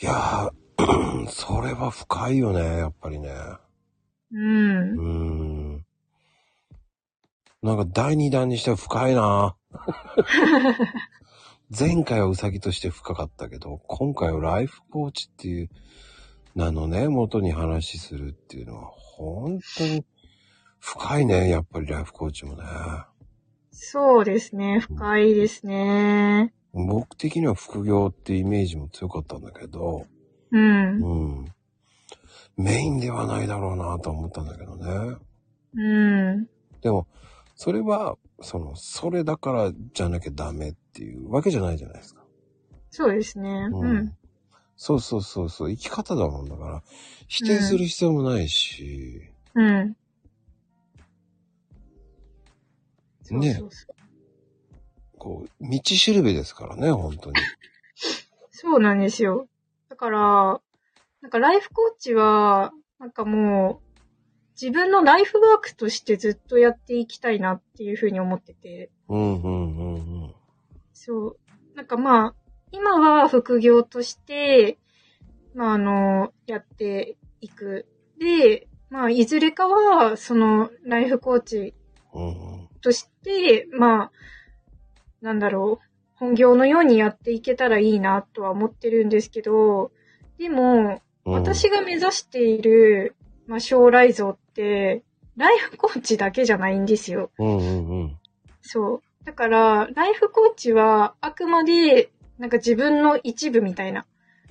いやー、それは深いよね、やっぱりね。
う
う。
ん
ーん。なんか第2弾にしては深いな前回はウサギとして深かったけど、今回はライフコーチっていう名のね、元に話するっていうのは本当に深いね、やっぱりライフコーチもね。
そうですね。深いですね。
僕的には副業ってイメージも強かったんだけど、
うん。
うん。メインではないだろうなとは思ったんだけどね。
うん。
でも、それは、その、それだからじゃなきゃダメっていうわけじゃないじゃないですか。
そうですね。うん。
そうそうそうそう、生き方だもんだから、否定する必要もないし、
うん。そう
ね
そうそう。
こう、道しるべですからね、本当に。
そうなんですよ。だから、なんかライフコーチは、なんかもう、自分のライフワークとしてずっとやっていきたいなっていうふうに思ってて。
うんうんうんうん。
そう。なんかまあ、今は副業として、まああの、やっていく。で、まあいずれかは、その、ライフコーチ
うんうん。
として、まあ、なんだろう、本業のようにやっていけたらいいなとは思ってるんですけど、でも、
うん、
私が目指している、まあ将来像って、ライフコーチだけじゃないんですよ。
うんうんうん。
そう。だから、ライフコーチはあくまで、なんか自分の一部みたいな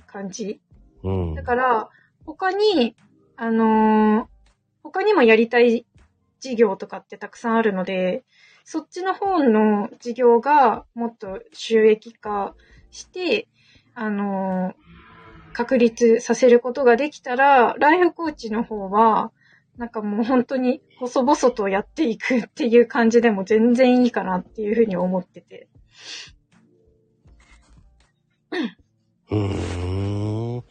感じ。
うん。
だから、他に、あのー他にもやりたい事業とかってたくさんあるので、そっちの方の事業がもっと収益化して、あのー確立させることができたら、ライフコーチの方は、なんかもう本当に細々とやっていくっていう感じでも全然いいかなっていうふうに思ってて。
うーん。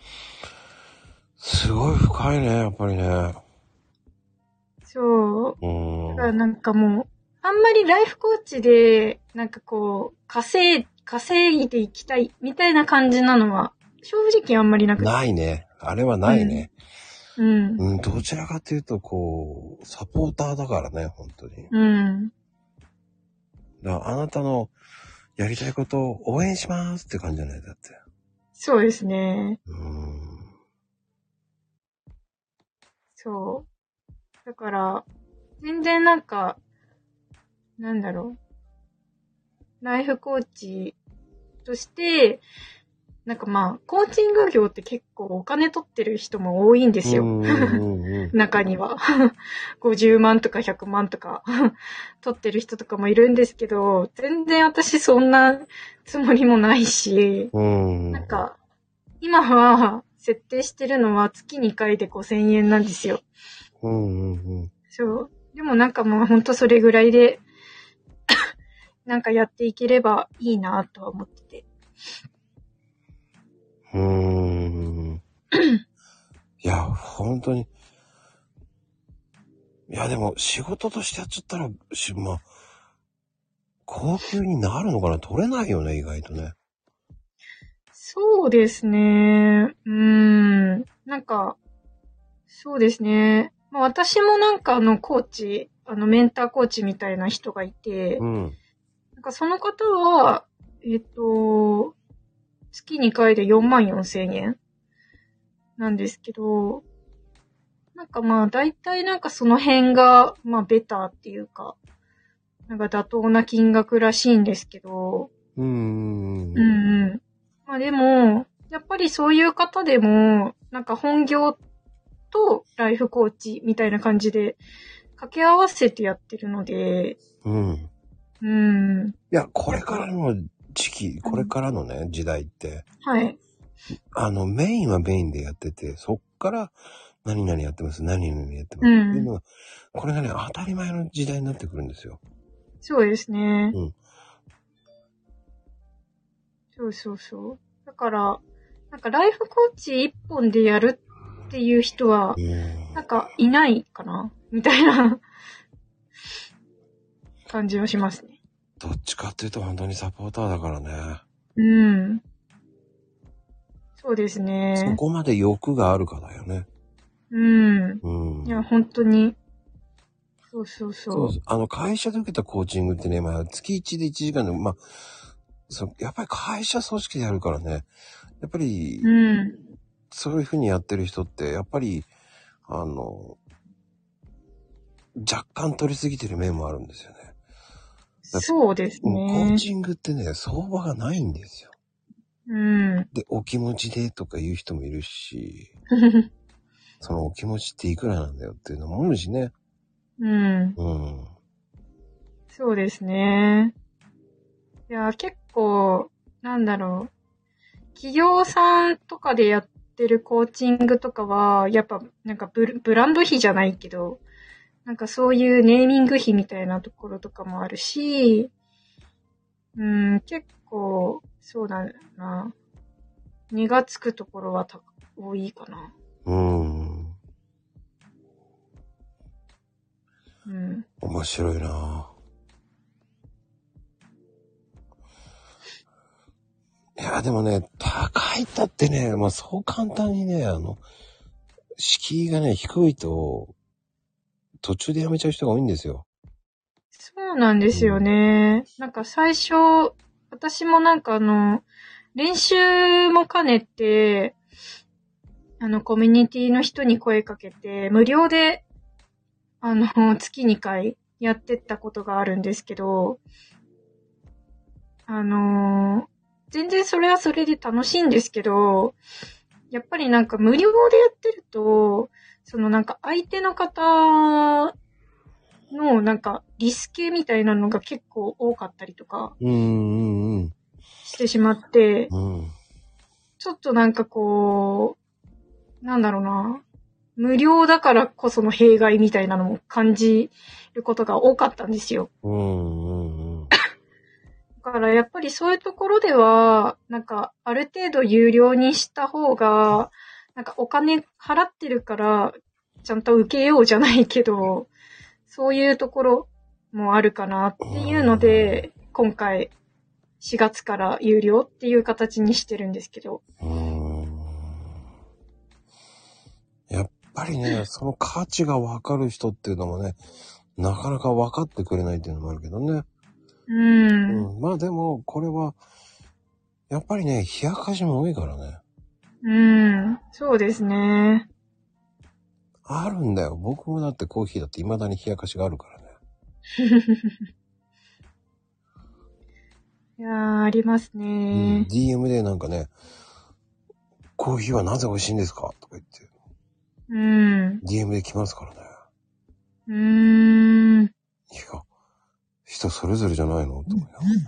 すごい深いね、やっぱりね。
そう。
うーん。
だからなんかもう、あんまりライフコーチで、なんかこう、稼い、稼いでいきたいみたいな感じなのは、正直あんまりなくて。
ないね。あれはないね。
うん。
うん、どちらかというと、こう、サポーターだからね、本当に。
うん。
だからあなたのやりたいことを応援しますって感じじゃないだって。
そうですね。
うーん。
そう。だから、全然なんか、なんだろう。ライフコーチとして、なんかまあ、コーチング業って結構お金取ってる人も多いんですよ。
うんうんうん
中には。50万とか100万とか 取ってる人とかもいるんですけど、全然私そんなつもりもないし、
うん。
なんか、今は設定してるのは月2回で5000円なんですよ。
うんうんうん。
そう。でもなんかもうほんとそれぐらいで、 なんかやっていければいいなとは思ってて。
うーん。いや、本当に。いや、でも、仕事としてやっちゃったら、しまあ、高級になるのかな取れないよね、意外とね。
そうですね。うーん。なんか、そうですね。まあ私もなんかあのコーチ、あのメンターコーチみたいな人がいて、
うん。
なんかその方は、えっと、月2回で4万4千円なんですけど、なんかまあ大体なんかその辺が、まあベターっていうか、なんか妥当な金額らしいんですけど、
うん。
うんうん。まあでも、やっぱりそういう方でも、なんか本業とライフコーチみたいな感じで掛け合わせてやってるので、
うん。い
うん。
や、これからの時期、これからのね、時代って、
はい。
あの、メインはメインでやってて、そっから、何々やってます、何々やってます、
うん
っていうのが、これがね、当たり前の時代になってくるんですよ。
そうですね。
うん
そうそうそう。だから、なんかライフコーチ一本でやるっていう人は
う、
なん
ん。
かいないかなみたいな感じはしますね。
どっちかっていうと本当にサポーターだからね。
うん。そうです
そ
ね。
こまで欲があるかだよね。
うん。
うん。
いや、本当に。そうそう
そ
そう
う。そうあの、会社で受けたコーチングってね、まあ、月1で1時間でも、まあ、そう、やっぱり会社組織でやるからね、やっぱり
う、ん。
そういうふうにやってる人って、やっぱり、あの、若干取りすぎてる面もあるんですよね。
そうです
うんコー
ね。
チングってね、相場がないんですよ。
うん。
で、お気持ちでとか言う人もいるし、そのお気持ちっていくらなんだよっていうのもあるしね。
うん。
うん。
そうですね。いや、結構、なんだろう。企業さんとかでやってるコーチングとかは、やっぱ、なんかブルブランド費じゃないけど、なんかそういうネーミング費みたいなところとかもあるし、うん、結構、そうだな。値がつくところはた多いかな。
うん。
うん。
面白いなぁいや、でもね、高いったってね、まあそう簡単にね、あの、敷居がね、低いと、途中でやめちゃう人が多いんですよ。
そうなんですよね。なんか最初、私もなんかあの、練習も兼ねて、あの、コミュニティの人に声かけて、無料で、あの、月2回やってったことがあるんですけど、あの、全然それはそれで楽しいんですけど、やっぱりなんか無料でやってると、そのなんか相手の方のなんかリスケみたいなのが結構多かったりとか
うん、うん、
してしまって、
うん。うん。
ちょっとなんかこう、なんだろうな、無料だからこその弊害みたいなのも感じることが多かったんですよ。
うん、うん、うん。
だからやっぱりそういうところでは、なんかある程度有料にした方が、なんかお金払ってるから、ちゃんと受けようじゃないけど、そういうところもあるかなっていうので、今回4月から有料っていう形にしてるんですけど。
うーんやっぱりね、その価値がわかる人っていうのもね、なかなか分かってくれないっていうのもあるけどね。
うん。
うん、まあでも、これは、やっぱりね、冷やかしも多いからね。
うん。そうですね。
あるんだよ。僕もだってコーヒーだって未だに冷やかしがあるからね。
いやー、あります
う
ね
ん、。DM でなんかね、コーヒーはなぜ美味しいんですかとか言って、
うん。
DM で来ますからね。
うーん。
いや、人それぞれじゃないのと思いながらね。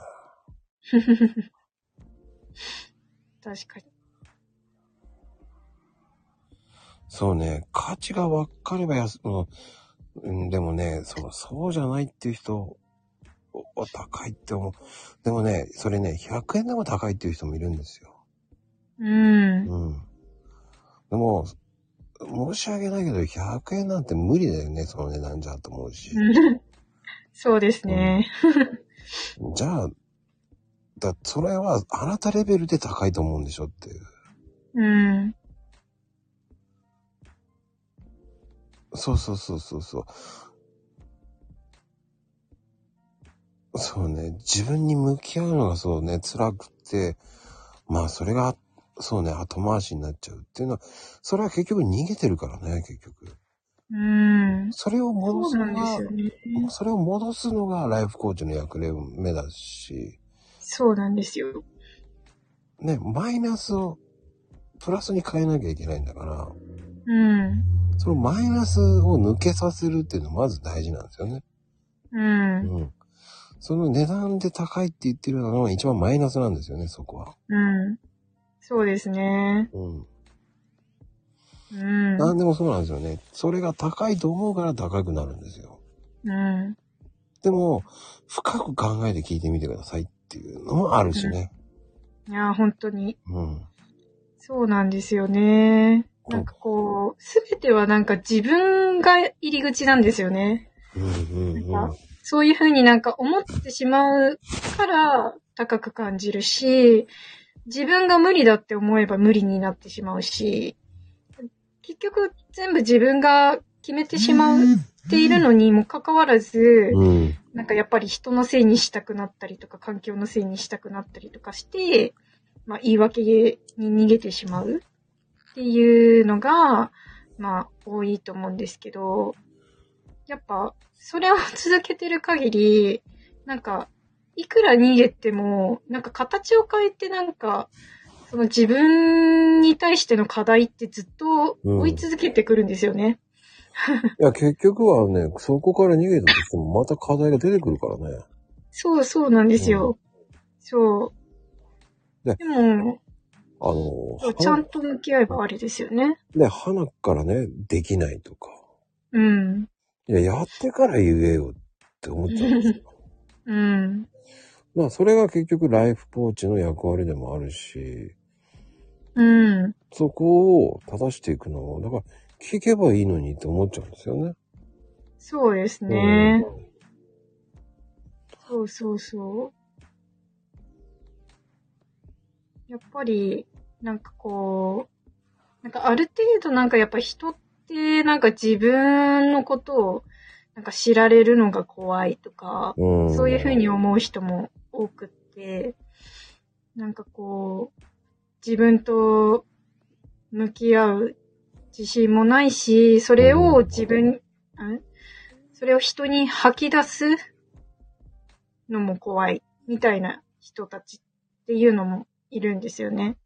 確かに。
そうね、価値が分かれば安、うんうん、でもね、そう、そうじゃないっていう人、おお高いって思う。でもね、それね、100円でも高いっていう人もいるんですよ。
うん。
うん。でも、申し訳ないけど、100円なんて無理だよね、その値段じゃと思うし。
そうですね。
じゃあ、だ、それはあなたレベルで高いと思うんでしょっていう。
うん。
そうそうそうそうそう。そうね。自分に向き合うのがそうね、辛くて、まあそれが、そうね、後回しになっちゃうっていうのは、それは結局逃げてるからね、結局。
うん。
それを戻
そう
す
な
の
んで
が
す、よね。
それを戻すのがライフコーチの役目だし、
そうなんですよ。
ね、マイナスをプラスに変えなきゃいけないんだから、
うん。
そのマイナスを抜けさせるっていうのまず大事なんですよね。
うん。
うん。その値段で高いって言ってるのが一番マイナスなんですよね、そこは。
うん。そうですね。
うん。
うん。
何でもそうなんですよね。それが高いと思うから高くなるんですよ。
うん。
でも、深く考えて聞いてみてくださいっていうのもあるしね。
いやー、本当に。
うん。
そうなんですよね。
うん
なんかこう、すべてはなんか自分が入り口なんですよね。
うんうんうん。
なんそういうふうになんか思ってしまうから高く感じるし、自分が無理だって思えば無理になってしまうし、結局全部自分が決めてしまっているのにもかかわらず、
うん。
なんかやっぱり人のせいにしたくなったりとか、環境のせいにしたくなったりとかして、まあ言い訳に逃げてしまうっていうのが、まあ多いと思うんですけど、やっぱそれを続けてる限り、なんかいくら逃げても、なんか形を変えてなんか、その自分に対しての課題ってずっと追い続けてくるんですよね。
いや、結局はね、そこから逃げたとしても、また課題が出てくるからね。
そうそうなんですよ。そう。
ね
でも、
あの、
ちゃんと向き合えばあれですよね。
ね、花からね、できないとか。
うん。
いや、やってから言えよって思っちゃうんですよ。
うん。
まあ、それが結局ライフコーチの役割でもあるし、
うん。
そこを正していくのを、だから、聞けばいいのにって思っちゃうんですよね。
そうですね。そうそうそう。やっぱり、なんかこう、なんかある程度なんかやっぱ人ってなんか自分のことをなんか知られるのが怖いとか、
うん。ん
そういうふうに。思う人も多くって、なんかこう、自分と向き合う自信もないし、それを自分、んそれを人に吐き出すのも怖い、みたいな人たちっていうのもいるんですよね。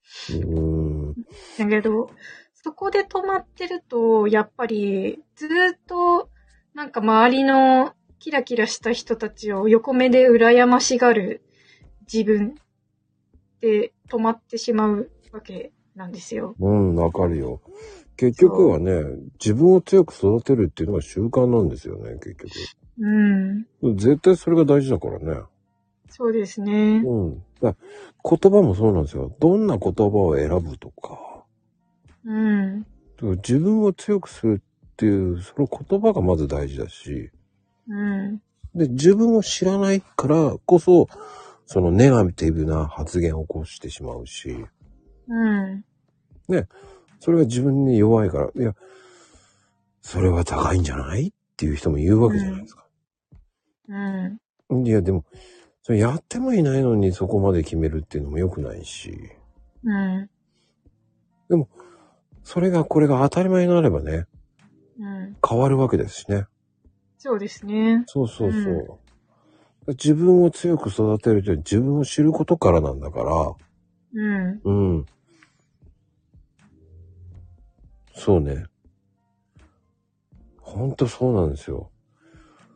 うん。
だけど、そこで止まってると、やっぱり、ずーっと、なんか周りのキラキラした人たちを横目で羨ましがる自分で止まってしまうわけなんですよ。
うん、わかるよ。結局はね、自分を強く育てるっていうのが習慣なんですよね、結
うん。
局。絶対それが大事だからね。
そうですね。
うん。だから言葉もそうなんですよ。どんな言葉を選ぶとか、
うん。
自分を強くするっていう、その言葉がまず大事だし、
うん。
で、自分を知らないからこそ、そのネガティブな発言を起こしてしまうし、
うん。
それが自分に弱いから、いや、それは高いんじゃないっていう人も言うわけじゃないですか。
うん。
いや、でも、それやってもいないのにそこまで決めるっていうのも良くないし、
うん。
それが、これが当たり前になればね、
うん。
変わるわけですしね。
そうですね。
そうそうそう。自分を強く育てるって自分を知ることからなんだから、
うん。
うん。そうね。ほんとそうなんですよ。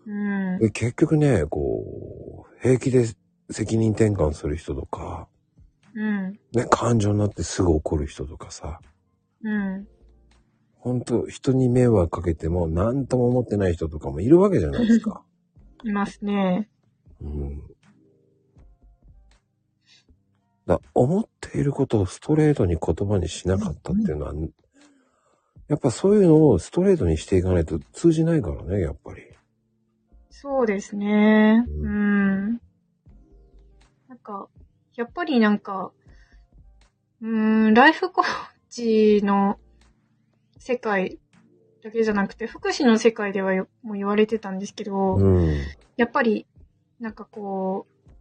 うん。
で結局ね、こう、平気で責任転換する人とか、
うん。
ね、感情になってすぐ怒る人とかさ、
うん。
ほんと人に迷惑かけても何とも思ってない人とかもいるわけじゃないですか。
いますね。
うん。だ思っていることをストレートに言葉にしなかったっていうのは、やっぱそういうのをストレートにしていかないと通じないからね、やっぱり。
そうですね。
う
うん。なんか、やっぱりなんか、うーん、ライフコーチの世界だけじゃなくて、福祉の世界ではよもう言われてたんですけど、
うん。
やっぱり、なんかこう、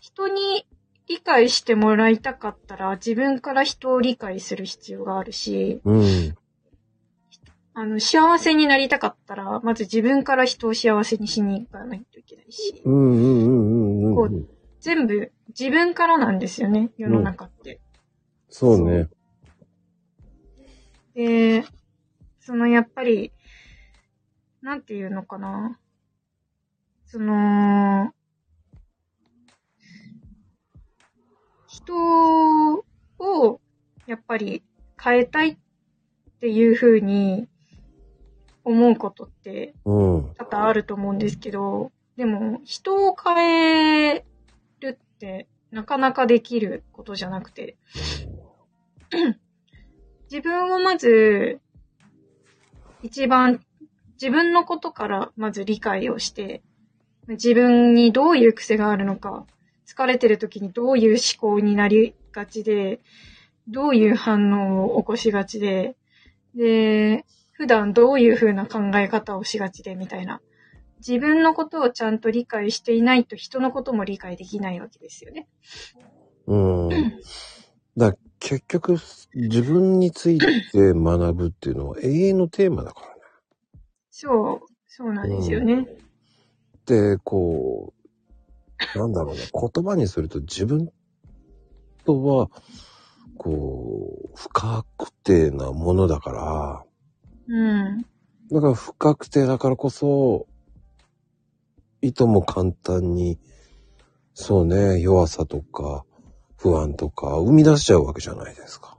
人に理解してもらいたかったら、自分から人を理解する必要があるし、
うん。
あの、幸せになりたかったら、まず自分から人を幸せにしに行かないといけないし。
うんうんうんうん
こ
うん。
全部自分からなんですよね、世の中って。
そうね。
で、そのやっぱり、なんていうのかな。その、人を、やっぱり変えたいっていう風に思うことって
うん。
多々あると思うんですけど、でも人を変えるってなかなかできることじゃなくて、 自分をまず一番自分のことからまず理解をして、自分にどういう癖があるのか、疲れてる時にどういう思考になりがちで、どういう反応を起こしがちで、で、普段どういう風な考え方をしがちでみたいな。自分のことをちゃんと理解していないと人のことも理解できないわけですよね。
うん。だから結局、自分について学ぶっていうのは永遠のテーマだからね。
そう、そうなんですよね。
で、こう、なんだろうね、言葉にすると自分とは、こう、不確定なものだから、
うん。
だから不確定だからこそ、いとも簡単に、そうね、弱さとか、不安とか、生み出しちゃうわけじゃないですか。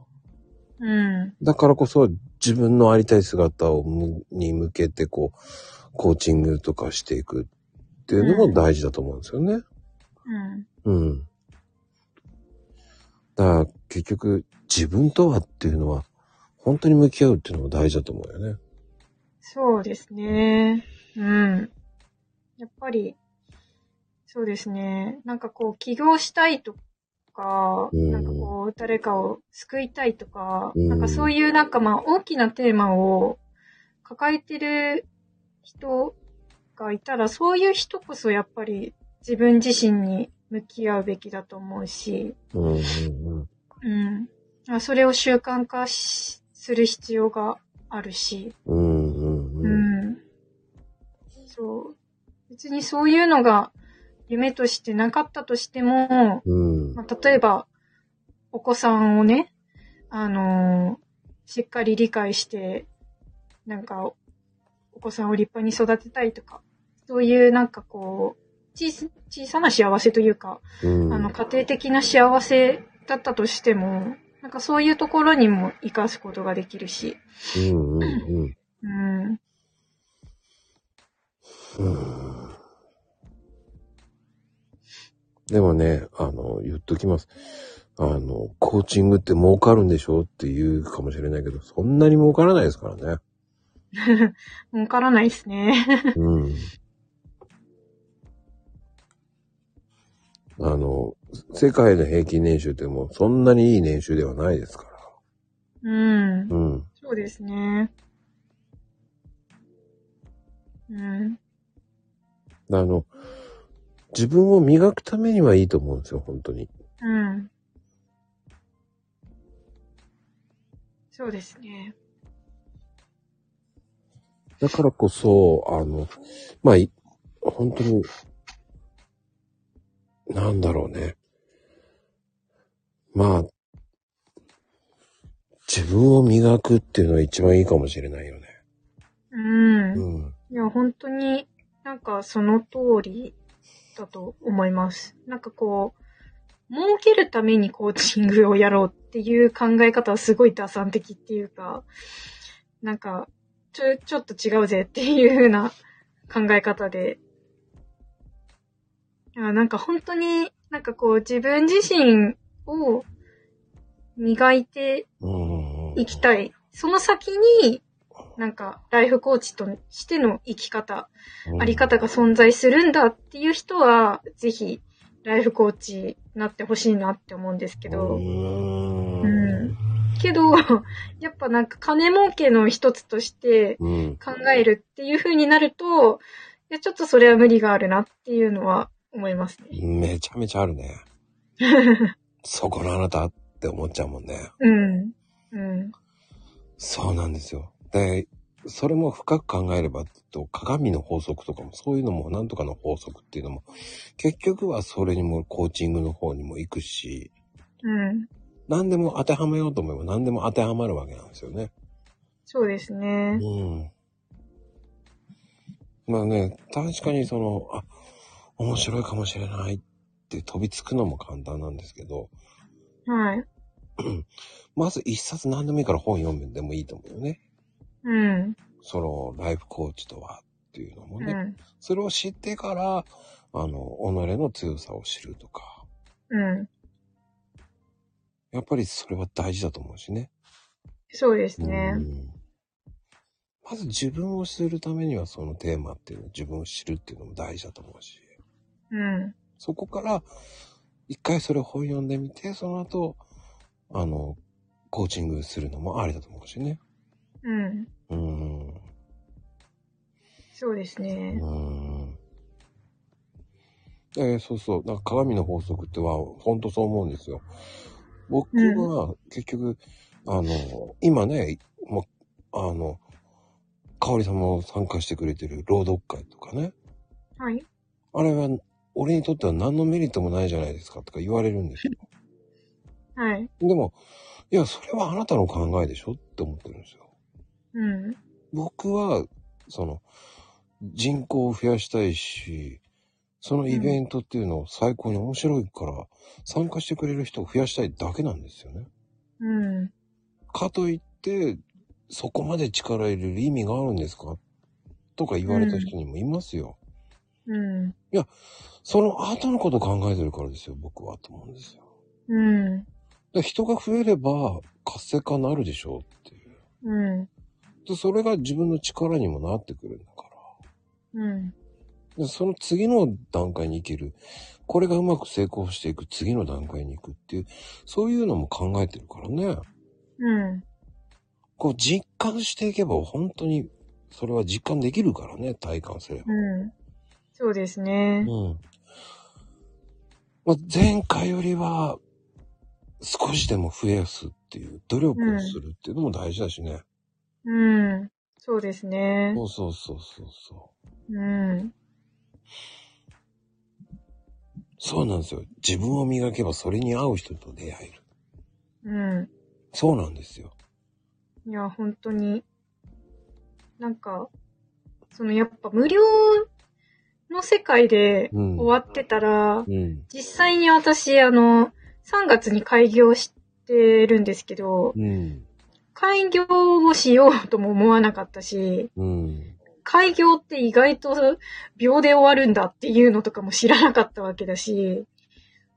うん。
だからこそ自分のありたい姿をむに向けてこう、コーチングとかしていくっていうのも大事だと思うんですよね。
うん。
うん。だから結局自分とはっていうのは本当に向き合うっていうのも大事だと思うよね。
そうですね。うん。やっぱり、そうですね。なんかこう、起業したいとか、
うん
なんかこう、誰かを救いたいとか、
うん
なんかそういうなんかまあ、大きなテーマを抱えてる人がいたら、そういう人こそやっぱり自分自身に向き合うべきだと思うし、
うんうん
うん。まあそれを習慣化しする必要があるし、
うん。うんうん
う
うん。
ん。そう。別にそういうのが夢としてなかったとしても、
うん。
まあ、例えば、お子さんをね、あのーしっかり理解して、なんか、おお子さんを立派に育てたいとか、そういうなんかこう、小さ小さな幸せというか、
うん
あの、家庭的な幸せだったとしても、なんかそういうところにも活かすことができるし、
うんうん
うん、
うんうん。でもね、あの、言っときます。あの、コーチングって儲かるんでしょって言うかもしれないけど、そんなに儲からないですからね。
儲からないですね。
うん。あの、世界の平均年収ってもうそんなにいい年収ではないですか
うん。
ら。うん。
そうですね。うん。
あの、自分を磨くためにはいいと思うんですよ、本当に。
うん。そうですね。
だからこそ、あの、まあ、い本当に、なんだろうね。まあ、自分を磨くっていうのが一番いいかもしれないよね。
うん。
うん。
いや、本当になんかその通りだと思います。なんかこう、儲けるためにコーチングをやろうっていう考え方はすごい打算的っていうか、なんか、ちょ、ちょっと違うぜっていう風な考え方で。いや、なんか本当になんかこう自分自身を磨いて
うん。
生きたい。その先に、なんか、ライフコーチとしての生き方、あり方が存在するんだっていう人は、ぜひ、ライフコーチになってほしいなって思うんですけ
う
ど、
ー
うん
ん。
けど、 やっぱなんか金儲けの一つとして
うん。
考えるっていう風になると、いやちょっとそれは無理があるなっていうのは思いますね。
めちゃめちゃある ね。そこのあなたって思っちゃうもんね。
うん。うん。
そうなんですよ。で、それも深く考えれば、と鏡の法則とかも、そういうのも、なんとかの法則っていうのも、結局はそれにもコーチングの方にも行くし、
うん。
何でも当てはめようと思えば何でも当てはまるわけなんですよね。
そうですね。
うん。まあね、確かにその、あ、面白いかもしれないって飛びつくのも簡単なんですけど、
はい。
まず一冊何でもいいから本読むんでもいいと思うよね。
うん。
その、ライフコーチとはっていうのも
う
ね、
ん。
それを知ってから、あの、己の強さを知るとか、
うん。
やっぱりそれは大事だと思うしね。
そうですね
う。んまず自分を知るためにはそのテーマっていうの、自分を知るっていうのも大事だと思うし。
うん。
そこから、一回それを本読んでみて、その後、あの、コーチングするのもありだと思うしね。
うん。
うーん。う
そうですね。
ーん。えーそうそう。なんか鏡の法則っては、ほんとそう思うんですよ。僕は、結局、あの、今ね、ま、あの、香織さんも参加してくれてる朗読会とかね。
はい。
あれは、俺にとっては何のメリットもないじゃないですかとか言われるんですよ。
はい。
でも、いや、それはあなたの考えでしょって思ってるんですよ。
うん。
僕は、その、人口を増やしたいし、そのイベントっていうのを最高に面白いから、参加してくれる人を増やしたいだけなんですよね。
うん。
かといって、そこまで力入れる意味があるんですかとか言われた人にもいますよ。
うん。
その後のことを考えてるからですよ、僕は、と思うんですよ。
うん。
で人が増えれば活性化になるでしょうっていう。
うん。
で、それが自分の力にもなってくるんだか
うん。
ら。で、その次の段階に行ける。これがうまく成功していく次の段階に行くっていう、そういうのも考えてるからね。
うん。
こう実感していけば本当に、それは実感できるからね、体感すれば。
うん。そうですね。
うん。まあ、前回よりは、少しでも増やすっていう、努力をするっていうのも大事だしね。
うん。そうですね。
そうそうそうそうそう。
うん。
そうなんですよ。自分を磨けばそれに合う人と出会える。
う
そうなんですよ。
ん。いや、本当に。なんか、そのやっぱ無料の世界で
うん。
終わってたら、
うん。
実際に私、あの、3月に開業してるんですけど、
うん。
開業をしようとも思わなかったし、
うん。
開業って意外と秒で終わるんだっていうのとかも知らなかったわけだし、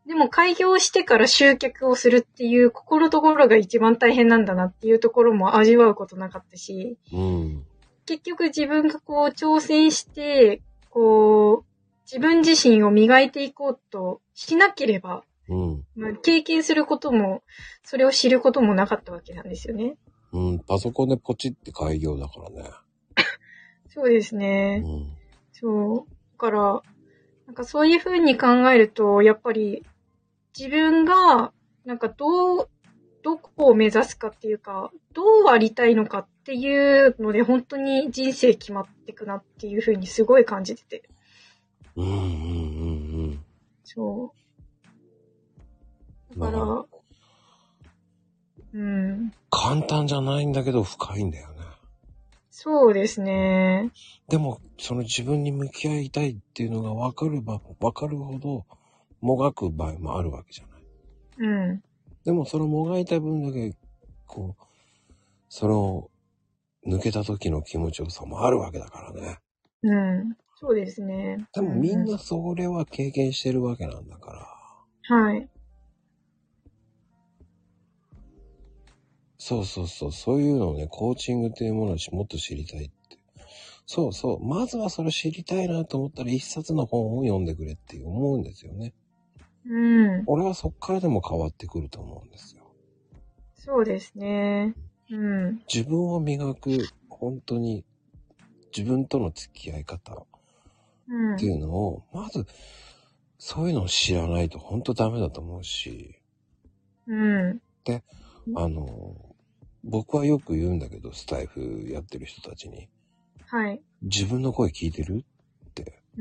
でも開業してから集客をするっていう心のところが一番大変なんだなっていうところも味わうことなかったし、
うん。
結局自分がこう挑戦して、こう、自分自身を磨いていこうとしなければ、
うん。
まあ、経験することも、それを知ることもなかったわけなんですよね。
うん。パソコンでポチって開業だからね。
そうです
う
ね。
ん。
そう。だから、なんかそういうふうに考えると、やっぱり自分が、なんかどう、どこを目指すかっていうか、どうありたいのかっていうので、本当に人生決まってくなっていうふうにすごい感じてて。
うんうんうん
そう。だか
ま
ら、うん。
簡単じゃないんだけど深いんだよね。
そうですね。
でも、その自分に向き合いたいっていうのが分かれば分かるほど、もがく場合もあるわけじゃない。
うん。
でも、そのもがいた分だけ、こう、その、抜けた時の気持ちよさもあるわけだからね。
うん。そうですね。
でもみん
う
なそれは経験してるわけなんだから、
ん、はい。
そうそうそう、そういうのをね、コーチングっていうものをもっと知りたいって。そうそう、まずはそれ知りたいなと思ったら一冊の本を読んでくれって思うんですよね。
うん。
俺はそっからでも変わってくると思うんですよ。
そうですね。うん。
自分を磨く、本当に自分との付き合い方っ
うん
て。いうのを、まず、そういうのを知らないと本当ダメだと思うし、
うん。
あの、僕はよく言うんだけど、スタイフやってる人たちに、
はい。
自分の声聞いてる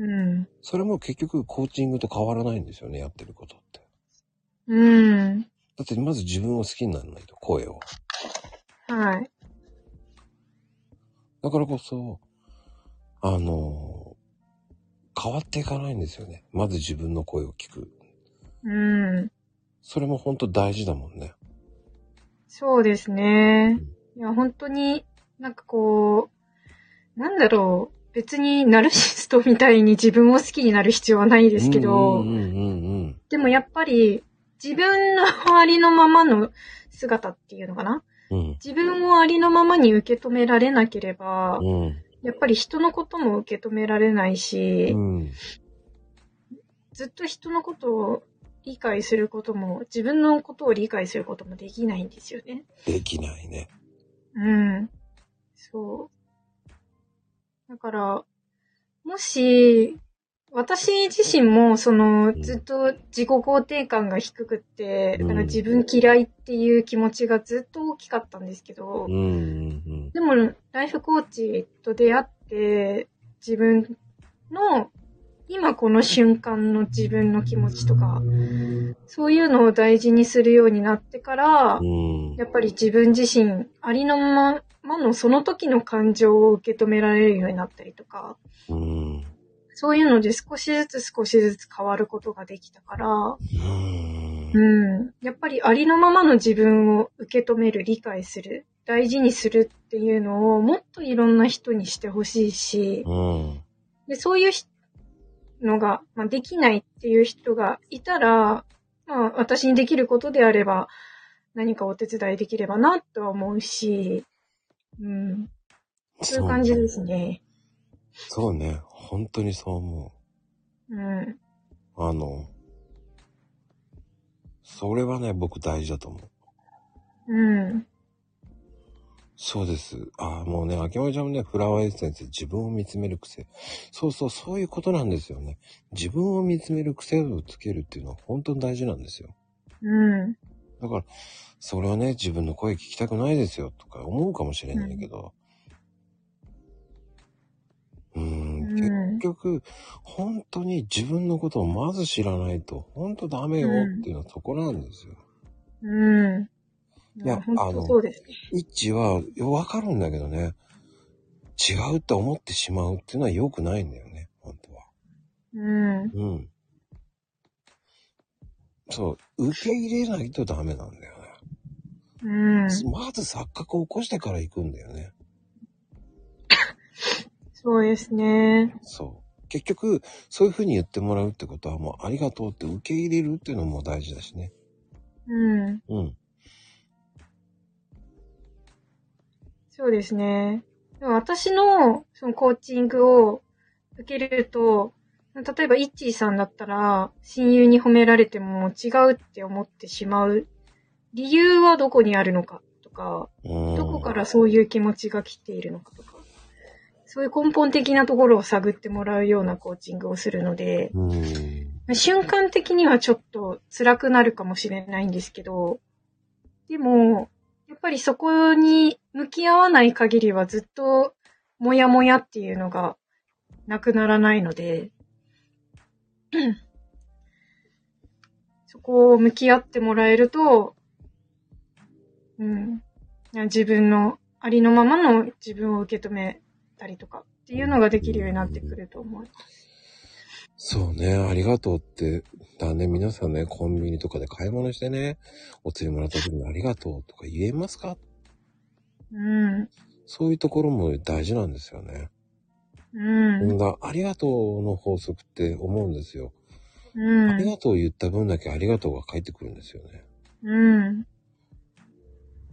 うん。
それも結局コーチングと変わらないんですよね、やってることって。
うん。
だってまず自分を好きにならないと、声を。
はい。
だからこそ、あの、変わっていかないんですよね。まず自分の声を聞く。
うん。
それも本当大事だもんね。
そうですね。いや、本当に、なんかこう、なんだろう。別にナルシストみたいに自分を好きになる必要はないですけど、
うんうんうん
でもやっぱり自分のありのままの姿っていうのかな
うん。
自分をありのままに受け止められなければ
う、ん。うん。
やっぱり人のことも受け止められないし、
うん。
ずっと人のことを理解することも、自分のことを理解することもできないんですよね。
できないね。
うん。そう。だから、もし、私自身も、その、
ん
ずっと自己肯定感が低くって、
うん
なんか自分嫌いっていう気持ちがずっと大きかったんですけど、
うんうん
でも、ライフコーチと出会って、自分の、今この瞬間の自分の気持ちとか、そういうのを大事にするようになってから
う、ん。うん
や。っぱり自分自身、ありのままのその時の感情を受け止められるようになったりとか、
うん。
そういうので少しずつ少しずつ変わることができたから、
うん
うん。やっぱりありのままの自分を受け止める、理解する、大事にするっていうのをもっといろんな人にしてほしいし、
うん。
で、そういうひのが、まあ、できないっていう人がいたら、まあ、私にできることであれば、何かお手伝いできればなとは思うし、うん、そういう感じですね。
そうね。本当にそう思
うん。
う。あの、それはね、僕大事だと思う。
うん。
そうです。ああ、もうね、秋山ちゃんもね、フラワーエッセンス、自分を見つめる癖。そうそう、そういうことなんですよね。自分を見つめる癖をつけるっていうのは本当に大事なんですよ。
うん。
だから、それはね、自分の声聞きたくないですよとか思うかもしれないけど。うーん、
うん
結局、本当に自分のことをまず知らないと、本当ダメよっていうのはそこなんですよ。
うん。
いや
本
あの
当そうですね。
イッチは、よわかるんだけどね、違うって思ってしまうっていうのは良くないんだよね、本当は。
うん。
うん。そう、受け入れないとダメなんだよね。
うん。
まず錯覚を起こしてから行くんだよね。
そうですね。
そう。結局、そういう風に言ってもらうってことは、もうありがとうって受け入れるっていうのも大事だしね。
うん。
うん。
そうですね。でも私の、そのコーチングを受けると、例えば、イッチーさんだったら、親友に褒められても違うって思ってしまう。理由はどこにあるのかとか、
うん
どこからそういう気持ちが来ているのかとか、そういう根本的なところを探ってもらうようなコーチングをするので、
うん。
瞬間的にはちょっと辛くなるかもしれないんですけど、でも、やっぱりそこに向き合わない限りはずっと、もやもやっていうのがなくならないので、そこを向き合ってもらえると、うん、自分のありのままの自分を受け止めたりとかっていうのができるようになってくると思う。
そうね、ありがとうって、だね、皆さんね、コンビニとかで買い物してね、お釣りもらった時にありがとうとか言えますか
うん、
そういうところも大事なんですよね。
うん。
みんな、ありがとうの法則って思うんですよ。
う
あり
ん。
がとうを言った分だけありがとうが返ってくるんですよね。
うん。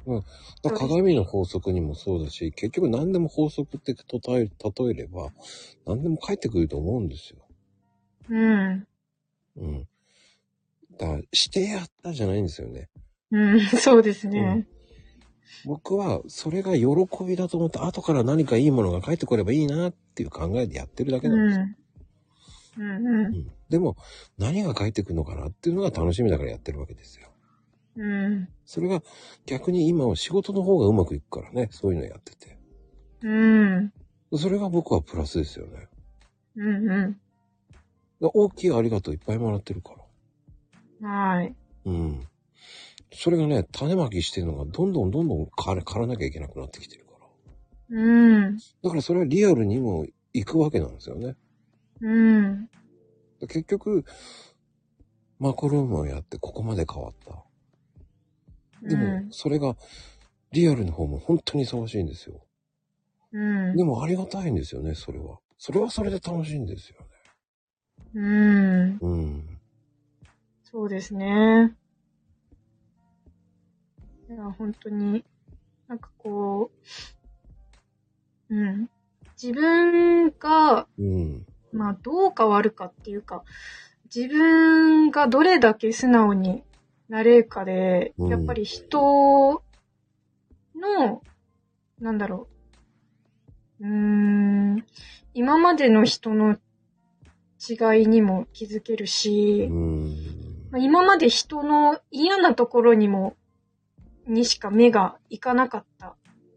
だから鏡の法則にもそうだし、結局何でも法則ってとたえ例えれば、何でも返ってくると思うんですよ。
うん。
うん。だから、してやったじゃないんですよね。
うん。そうですね。
僕は、それが喜びだと思って、後から何かいいものが返ってこればいいなっていう考えでやってるだ
う
け
ん。
なんですよ。
うん。うん。
うんでも、何が返ってくるのかなっていうのが楽しみだからやってるわけですよ。
うん。
それが、逆に今は仕事の方がうまくいくからね、そういうのやってて。
うん。
それが僕はプラスですよね。
うん。
だ大きいありがとういっぱいもらってるから。
うん。はい。
うん。それがね、種まきしてるのがどんどんどんどん枯れ、枯らなきゃいけなくなってきてるから。
うん。うん。
だからそれはリアルにも行くわけなんですよね。
うん。
結局、マコルームをやってここまで変わった。で
う
も
ん、
それが、リアルの方も本当に忙しいんですよ。
うん
でもありがたいんですよね、それは。それはそれで楽しいんですよね。
うん。
うん。
そうですね。いや、本当に、なんかこう、うん。自分が、
うん。
まあ、どう変わるかっていうか、自分がどれだけ素直になれるかで、
うん
やっぱり人の、なんだろう。うーん、今までの人の違いにも気づけるし、
うん。
まあ今まで人の嫌なところにも、にしか目がいかなかった。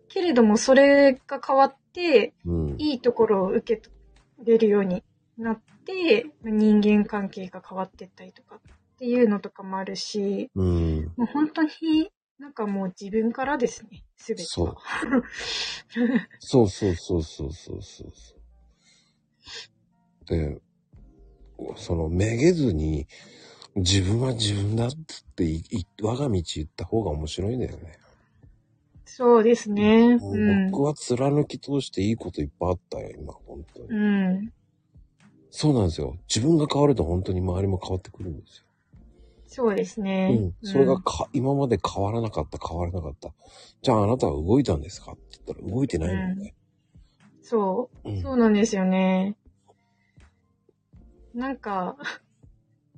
けれども、それが変わって、
うん。
いいところを受け取れるようになって、まあ人間関係が変わってったりとかっていうのとかもあるし、
うん。
もう本当になんかもう自分からですね、すべて
そう
は。。
そうそうそうそうそうそうそう。で、その、めげずに、自分は自分だっつってい、い我が道行った方が面白いんだよね。
そうですね。
もう
うん
僕。は貫き通していいこといっぱいあったよ、今、本当に。
うん。
そうなんですよ。自分が変わると本当に周りも変わってくるんですよ。
そうですね。
うん。それがか、今まで変わらなかった、変わらなかった。じゃああなたは動いたんですかって言ったら動いてないもんね。
そう。
うん。
そうなんですよね。なんか、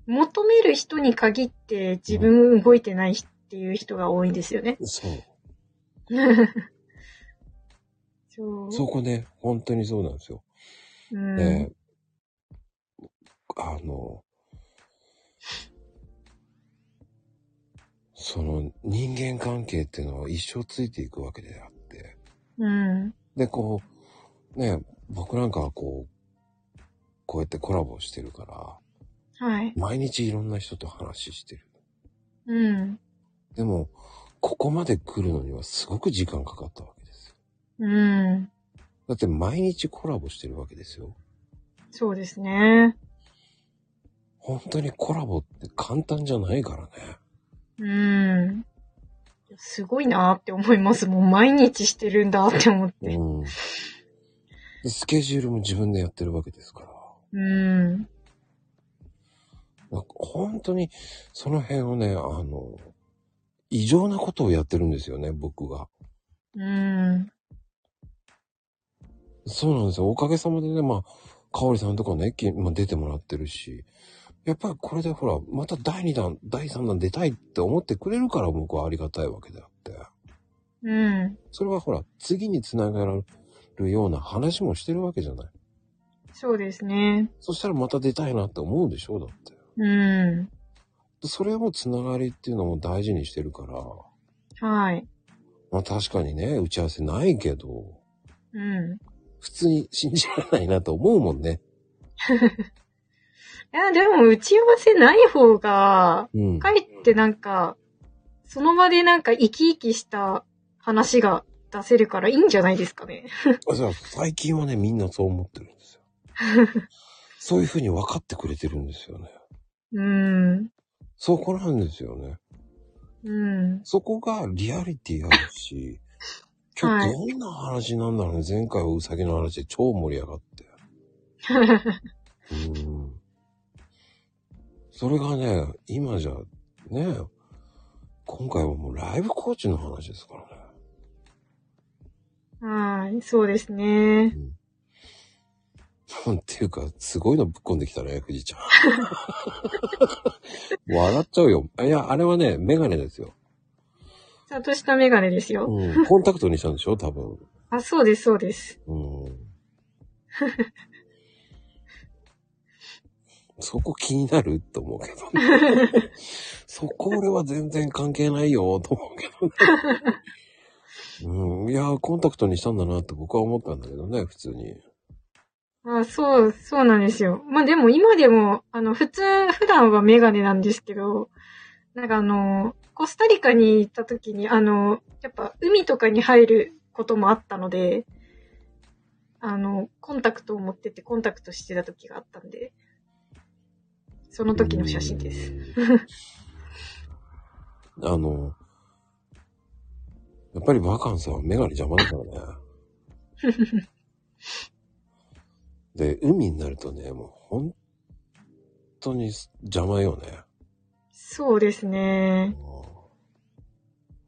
求める人に限って自分動いてないっていう人が多いんですよね。
そう。
そう。
そこね、本当にそうなんですよ。
うん。
ねあの、その人間関係っていうのは一生ついていくわけであって。
うん。
で、こう、ね、僕なんかはこう、こうやってコラボしてるから、
はい。
毎日いろんな人と話してる。
うん。
でも、ここまで来るのにはすごく時間かかったわけですよ。
うん。
だって毎日コラボしてるわけですよ。
そうですね。
本当にコラボって簡単じゃないからね。
うん。すごいなって思います。もう毎日してるんだって思って。
うん。でスケジュールも自分でやってるわけですから。
うん。
なんか本当に、その辺をね、あの、異常なことをやってるんですよね、僕が。
うん。
そうなんですよ。おかげさまでね、まあ、かおりさんとかね、きまあ、出てもらってるし、やっぱりこれでほら、また第2弾、第3弾出たいって思ってくれるから僕はありがたいわけであって。
うん。
それはほら、次につながるような話もしてるわけじゃない。
そうですね。
そしたらまた出たいなって思うでしょ、だって。
うん。
それもつながりっていうのも大事にしてるから、
はい。
まあ確かにね、打ち合わせないけど、
うん。
普通に信じられないなと思うもんね。
いや、でも、打ち合わせない方が、
うん。
かえってなんか、その場でなんか生き生きした話が出せるからいいんじゃないですかね。
あそう最近はね、みんなそう思ってるんですよ。そういうふうに分かってくれてるんですよね。
うん。
そこなんですよね。
うん。
そこがリアリティあるし、今日どんな話なんだろうね。前回はウサギの話で超盛り上がって。うん。それがね、今じゃ、ね、今回はもうライブコーチの話ですからね。
はい、そうですね。
うんっていうか、すごいのぶっ込んできたね、富士ちゃん。笑っちゃうよ。あいや、あれはね、メガネですよ。
ちゃんとしたメガネですよ。
うん。コンタクトにしたんでしょ多分。
あ、そうです、そうです。
うん。そこ気になると思うけどね。そこ俺は全然関係ないよ、と思うけどね。うん。いや、コンタクトにしたんだなって僕は思ったんだけどね、普通に。
あ、そう、そうなんですよ。まあでも今でも、あの、普通、普段はメガネなんですけど、なんかあの、コスタリカに行った時に、あの、やっぱ海とかに入ることもあったので、あの、コンタクトを持ってってコンタクトしてた時があったんで、その時の写真です。
あの、やっぱりバカンさんはメガネ邪魔だからね。 で、海になるとね、もう本当に邪魔よね。
そうですね。
も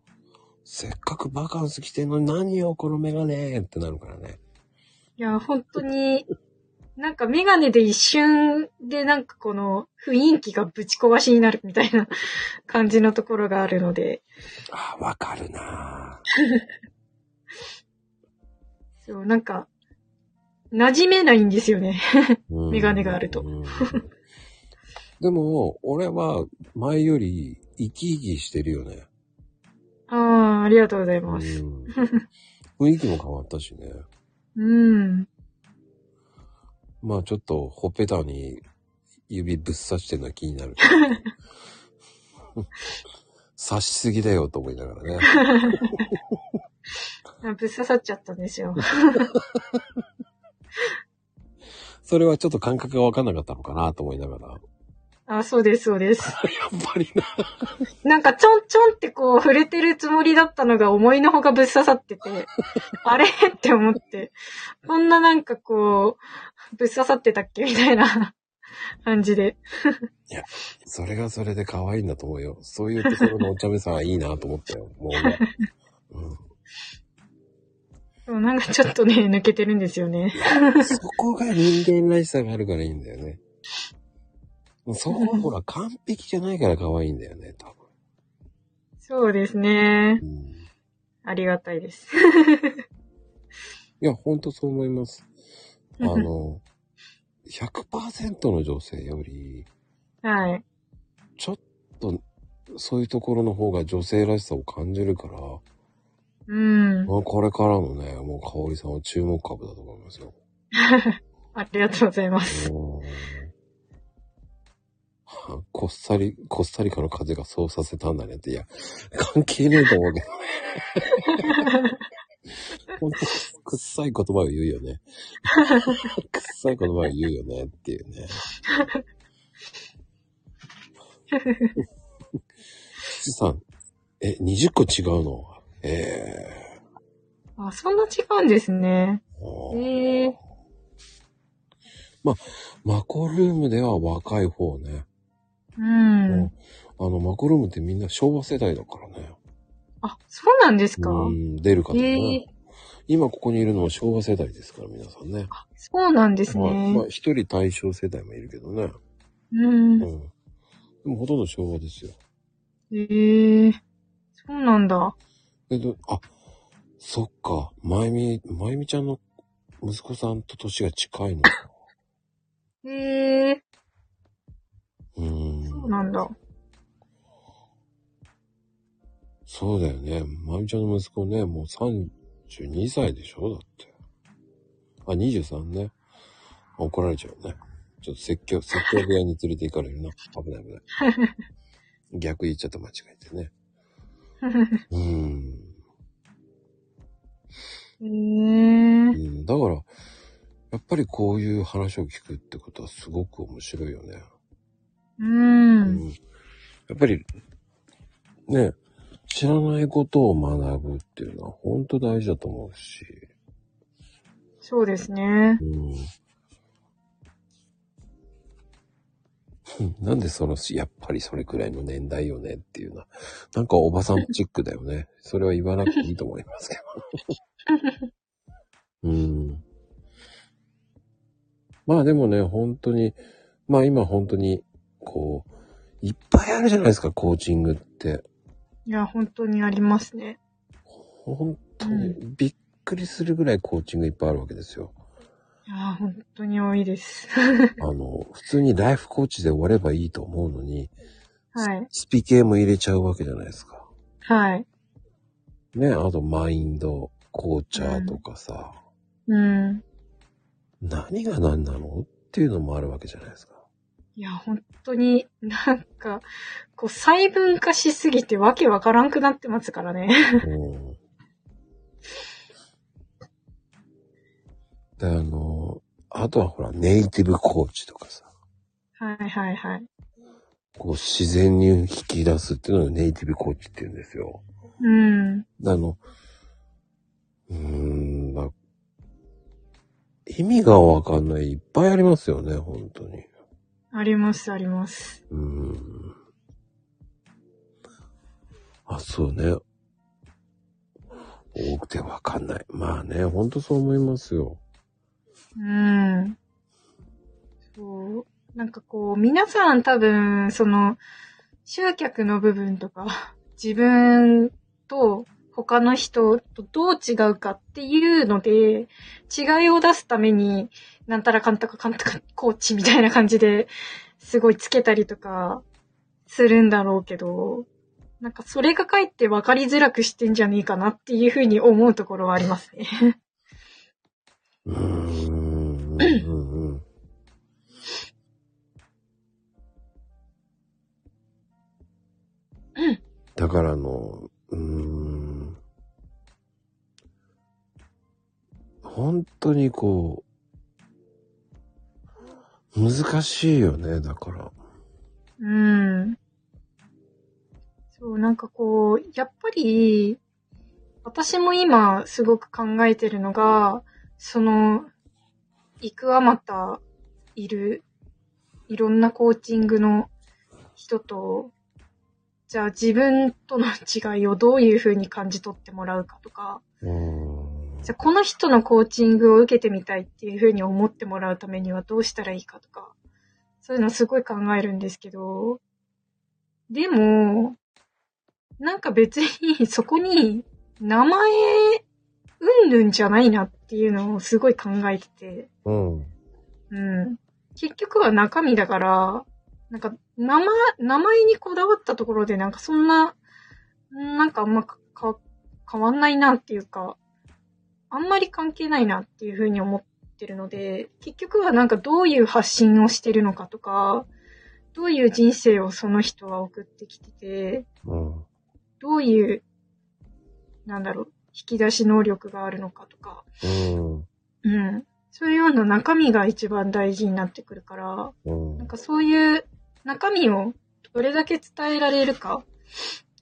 うせっかくバカンス来てんのに何よ、このメガネってなるからね。
いや、本当に、なんかメガネで一瞬でなんかこの雰囲気がぶち壊しになるみたいな感じのところがあるので、
ああ、わかるなぁ
そう、なんか、馴染めないんですよね。
うん
メガネがあると
うんでも、俺は前より生き生きしてるよね。
ああ、ありがとうございうま
ん
す。、
雰囲気も変わったしね。
うん。
まあちょっとほっぺたに指ぶっ刺してるのは気になる。刺しすぎだよと思いながらね。
あぶっ刺さっちゃったんですよ。
それはちょっと感覚がわかんなかったのかなと思いながら。やっ
あ、そうです、そうです。
ぱりな。
なんかちょんちょんってこう触れてるつもりだったのが思いのほかぶっ刺さってて、あれって思って、こんななんかこう、ぶっ刺さってたっけみたいな感じで。
それがそれで可愛いんだと思うよ。そういうところのお茶目さはいいなと思ったよ。もうね。うん
でもなんかちょっとね、抜けてるんですよね。
そこが人間らしさがあるからいいんだよね。そこはほら完璧じゃないから可愛いんだよね、多
そうですね
分。。うん
ありがたいです。
いや、ほんとそう思います。あの、100%の女性より、
はい。
ちょっと、そういうところの方が女性らしさを感じるから、
うん。
まあこれからのね、もう香織さんは注目株だと思いますよ。
ありがとうございます。
うんこっさり、コスタリカの風がそうさせたんだねって、いや、関係ねえと思うけどね。ほんと、くっさい言葉を言うよね。くっさい言葉を言うよねっていう ね。七さん、え、20個違うのえ
あ、そんな違うんですね。
えー。
ええ
マコルームでは若い方ね。
うん。
あの、マコルームってみんな昭和世代だからね。
あ、そうなんですか
うん、出る方
え
ね
え。
今ここにいるのは昭和世代ですから、皆さんね。
そうなんです
まあ、
ね。
まあ、一人対象世代もいるけどね。
う。
うんん。でもほとんど昭和ですよ。
ええそうなんだ。
えっと、あ、そっか。まゆみ、まゆみちゃんの息子さんと年が近いの。
ええ
う。
そうんなんだ。
そうだよね。まゆみちゃんの息子ね、もう32歳でしょだって。あ、23ね。あ怒られちゃうね。ちょっと説教、説教部屋に連れて行かれるな。危ない危ない。逆言っちゃった間違え てね。うーん。
ええ
うんだから、やっぱりこういう話を聞くってことはすごく面白いよね。
う。
うんやっぱり、ね、知らないことを学ぶっていうのは本当大事だと思うし。
そうですね。
うんうん。 なんでその、やっぱりそれくらいの年代よねっていうのは、なんかおばさんチックだよね。それは言わなくていいと思いますけど。うん。まあでもね、本当に、まあ今本当に、こう、いっぱいあるじゃないですか、コーチングって。
いや、本当にありますね。
本当にびっくりするぐらいコーチングいっぱいあるわけですよ。
いや、本当に多いです。
あの、普通にライフコーチで終わればいいと思うのに、
はい。
スピ系も入れちゃうわけじゃないですか。
はい。
ね、あとマインド、紅茶とかさ、
うん。
何が何なのっていうのもあるわけじゃないですか。
いや、本当に、なんか、こう、細分化しすぎてわけわからんくなってますからね。
うん。で、あの、あとはほら、ネイティブコーチとかさ、
はいはいはい。
こう自然に引き出すっていうのをネイティブコーチって言うんですよ。
うん。
あの、うーん、まあ、意味がわかんない、いっぱいありますよね、本当に。
ありますあります。
うーん。あ、そうね。多くてわかんない。まあね、ほんとそう思いますよ。
うん。そう。なんかこう、皆さん多分、その、集客の部分とか、 自分と他の人とどう違うかっていうので、違いを出すために、なんたらかんたかかんたかコーチみたいな感じですごいつけたりとかするんだろうけど、なんかそれがかえって分かりづらくしてんじゃねえかなっていうふうに思うところはありますね。
うーん。うんうんうんだからあの、うーん。本当にこう、難しいよね、だから。
うん。そう、なんかこう、やっぱり、私も今すごく考えてるのが、その、いくあまたいる、いろんなコーチングの人と、じゃあ自分との違いをどういうふうに感じ取ってもらうかとか、
うーん。
じゃあこの人のコーチングを受けてみたいっていうふうに思ってもらうためにはどうしたらいいかとか、そういうのすごい考えるんですけど、でも、なんか別にそこに名前うんぬんじゃないなっていうのをすごい考えてて、
うん。
うん。結局は中身だから、なんか名前、名前にこだわったところでなんかそんな、なんかあんまかか変わんないなっていうか、あんまり関係ないなっていうふうに思ってるので、結局はなんかどういう発信をしてるのかとか、どういう人生をその人は送ってきてて、
うん。
どういう、なんだろう、引き出し能力があるのかとか、
うん。
うん。そういうような中身が一番大事になってくるから、
うん
なん。かそういう中身をどれだけ伝えられるか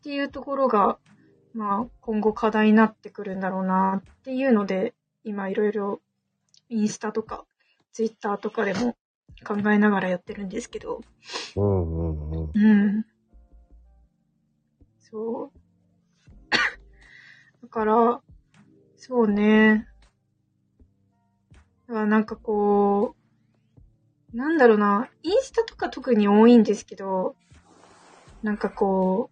っていうところが、まあ今後課題になってくるんだろうなっていうので、今いろいろインスタとかツイッターとかでも考えながらやってるんですけど、
うん。うん。うん。
うん。そう。だから、そうね。だからなんかこう、なんだろうな、インスタとか特に多いんですけど、なんかこ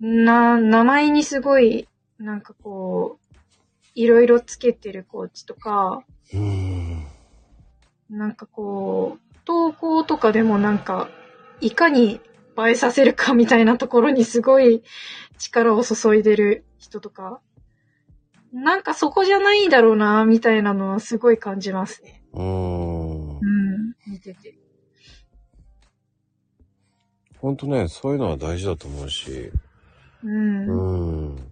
う、な、名前にすごい、なんかこう、いろいろつけてるコーチとか、
うん。
なんかこう、投稿とかでもなんか、いかに映えさせるかみたいなところにすごい力を注いでる人とか、なんかそこじゃないだろうな、みたいなのはすごい感じますね。
うん。
ん。見てて。
ほんとね、そういうのは大事だと思うし。
うん。うん。
うん。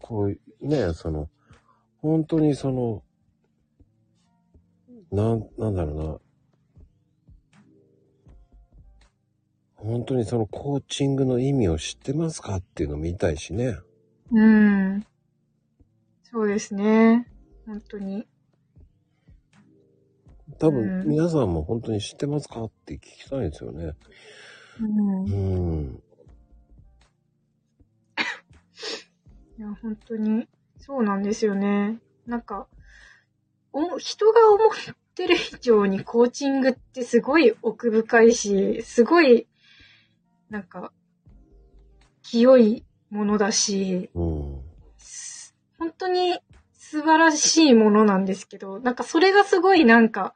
こう、ね、その、本当にその、なん、なんだろうな。本当にそのコーチングの意味を知ってますかっていうのを見たいしね。
そうですね。本当に。
多
う
分
ん
皆さんも本当に知ってますかって聞きたいですよね。
うん。
う
い
ん。
や、本当に、そうなんですよね。なんか、お人が思ってる以上にコーチングってすごい奥深いし、すごい、なんか、清いものだし、
うん。
す本当に素晴らしいものなんですけど、なんかそれがすごいなんか、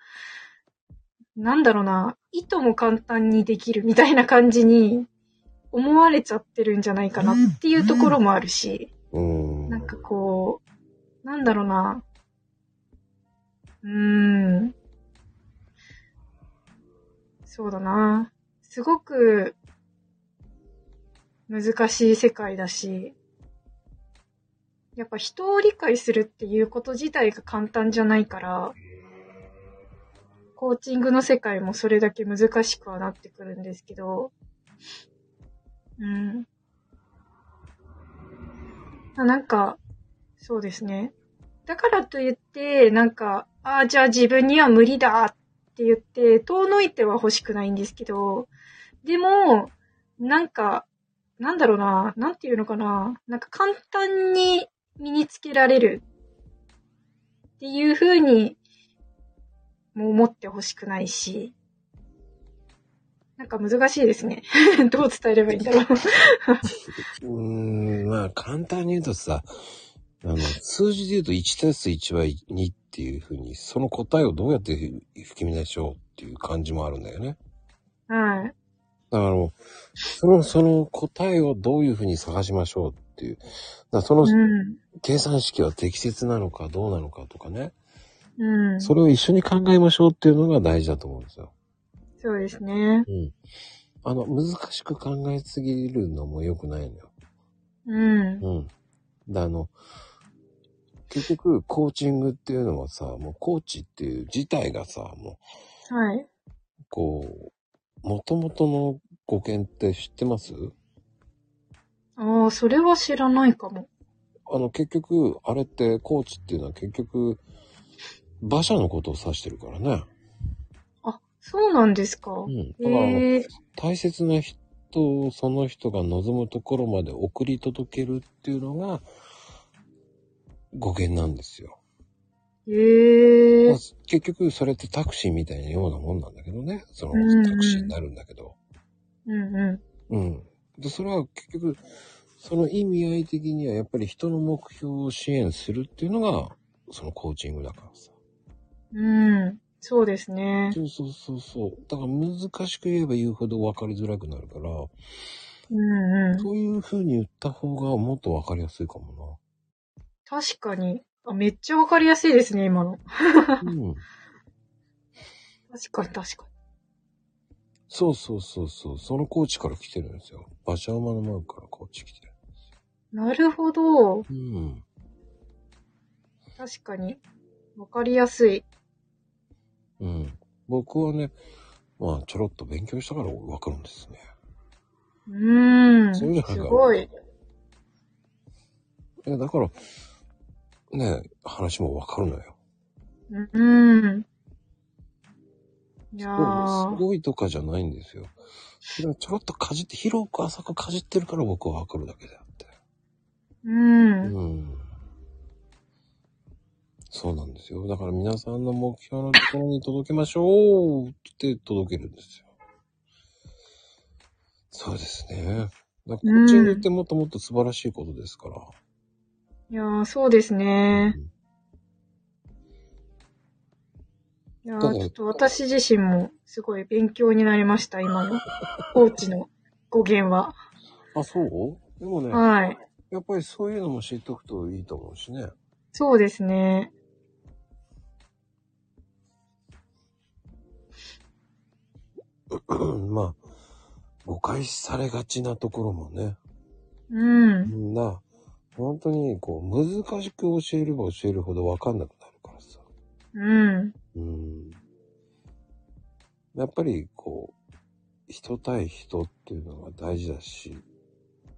なんだろうな、いとも簡単にできるみたいな感じに思われちゃってるんじゃないかなっていうところもあるし、
うん。
なんかこう、なんだろうな、うーん、そうだな、すごく難しい世界だし、やっぱ人を理解するっていうこと自体が簡単じゃないから、コーチングの世界もそれだけ難しくはなってくるんですけど、うん。あなんか、そうですね。だからといって、なんか、ああ、じゃあ自分には無理だって言って、遠のいては欲しくないんですけど、でも、なんか、なんだろうな、なんていうのかな、なんか簡単に身につけられるっていうふうにも思ってほしくないし、なんか難しいですね。 どう伝えればいいんだろ
う
う。
ーん、まあ簡単に言うとさ、あの、数字で言うと1たす1は2っていうふうに、その答えをどうやって吹き乱しようっていう感じもあるんだよね。
はい。
だからもう、その、その答えをどういうふうに探しましょうっていう。だからその
うん。
計算式は適切なのかどうなのかとかね。
うん。
それを一緒に考えましょうっていうのが大事だと思うんですよ。
そうですね。
うん。あの、難しく考えすぎるのも良くないのよ。
うん。
うん。で、あの、結局、コーチングっていうのはさ、もうコーチっていう自体がさ、も
はい。
う、こう、元々の語源って知ってます
ああ、それは知らないかも。
あの、結局、あれって、コーチっていうのは結局、馬車のことを指してるからね。
あ、そうなんですか。
うん。だからあの、
へえ
大切な人をその人が望むところまで送り届けるっていうのが、語源なんですよ。
へ
まあ
え、
結局それってタクシーみたいなようなもんなんだけどね。そ
うんうん
のタクシーになるんだけど。
うんう
うん。で、それは結局、その意味合い的にはやっぱり人の目標を支援するっていうのが、そのコーチングだからさ。
ん。うん。そうですね。
そうそうそうそう。だから難しく言えば言うほど分かりづらくなるから、
うんうん。
そういう風に言った方がもっと分かりやすいかも
確かに。あ、めっちゃわかりやすいですね、今の。
な。うん。
確かに確か
そうそうそうそう。そのコーチから来てるんですよ。馬車馬のマークからコーチ来てる。
に。なるほど。
うん。
確かに。わかりやすい。
うん。僕はね、まあ、ちょろっと勉強したからわかるんですね。
うーん。
そうじゃないか
すごい。
え、だから、ね、話もわかるのよ。
うん。いや
す
ー。
ごいとかじゃないんですよ。それはちょろっとかじって、広く浅くかじってるから僕はわかるだけであって。
うん。
うん。そうなんですよ。だから皆さんの目標のところに届けましょうって届けるんですよ。そうですね。だからコーチングってもっともっと素晴らしいことですから。
いやー、そうですね。いや
た
ー、
だ
ちょっと私自身もすごい勉強になりました、今 の。コーチの語源は。
あ、そうでもね、
はい。
やっぱりそういうのも知っておくといいと思うしね。
そうですね。
まあ、誤解されがちなところもね。
う
み
ん。
んな、本当にこう、難しく教えれば教えるほどわかんなくなるからさ。
うん。
うん。やっぱりこう、人対人っていうのが大事だし、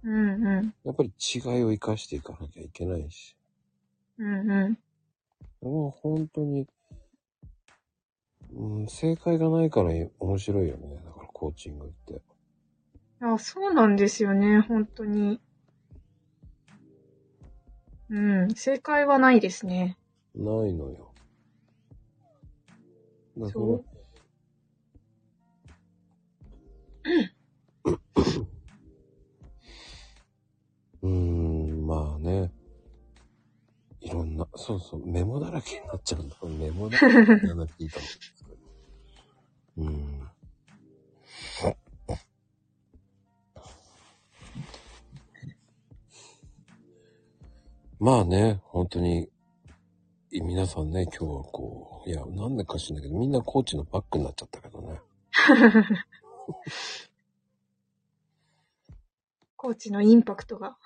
うんうん。
やっぱり違いを生かしていかなきゃいけないし。
うんうん。
もう本当に、うん、正解がないから面白いよね。だからコーチングって。
いや、そうなんですよね、本当に。うん、正解はないですね。
ないのよ。だから
そう。
うーん、まあね。いろんな、そうそう、メモだらけになっちゃうんだ。メモだらけにならなくていいと思うんですけど。うーん。まあね、本当に、皆さんね、今日はこう、いや、なんでか知んないけど、みんなコーチのバックになっちゃったけどね。
コーチのインパクトが。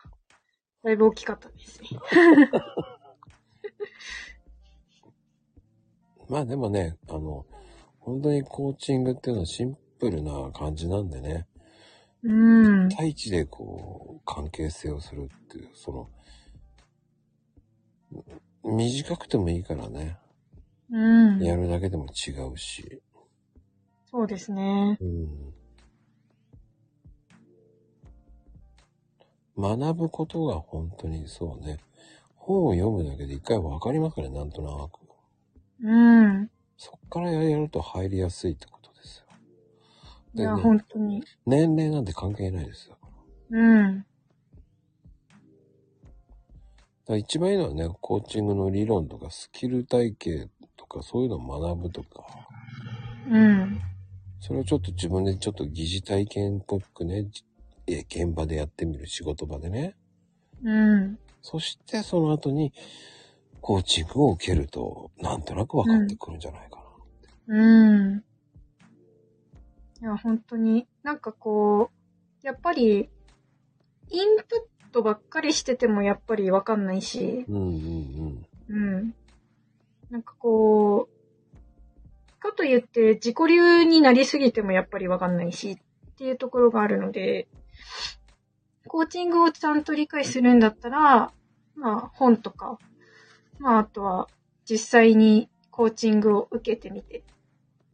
だいぶ大きかったですね。
まあでもね、あの、本当にコーチングっていうのはシンプルな感じなんでね、
うん。
対一でこう、関係性をするっていう、その、短くてもいいからね、
うん。
やるだけでも違うし、
そうですね。
うん。学ぶことが本当にそうね、本を読むだけで一回わかりますからね、なんとなく。
うん。
そっからやると入りやすいってことですよ。
いや、
でね
本当に。
年齢なんて関係ないですよ。だか
うん。
ら一番いいのはね、コーチングの理論とかスキル体系とかそういうのを学ぶとか、
うん。
それをちょっと自分でちょっと疑似体験っぽくね、じえ現場でやってみる仕事場でね。
うん。
そしてその後にコーチングを受けると、なんとなく分かってくるんじゃないかな。
うん。いや、本当に。なんかこう、やっぱり、インプットばっかりしててもやっぱりわかんないし、
うんうん
うん。なんかこう、かといって自己流になりすぎてもやっぱりわかんないしっていうところがあるので、コーチングをちゃんと理解するんだったら、まあ本とか、まああとは実際にコーチングを受けてみて、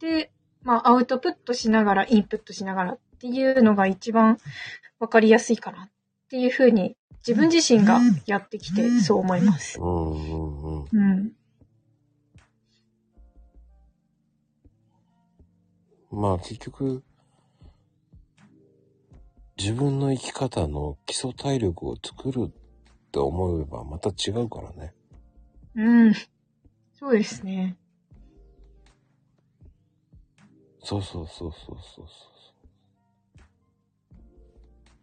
で、まあアウトプットしながらインプットしながらっていうのが一番わかりやすいかなっていうふうに自分自身がやってきてそう思います。
うん。うんうんうん。
うん。
まあ結局、自分の生き方の基礎体力を作るって思えばまた違うからね。
うん。そうですね。
そうそうそうそうそう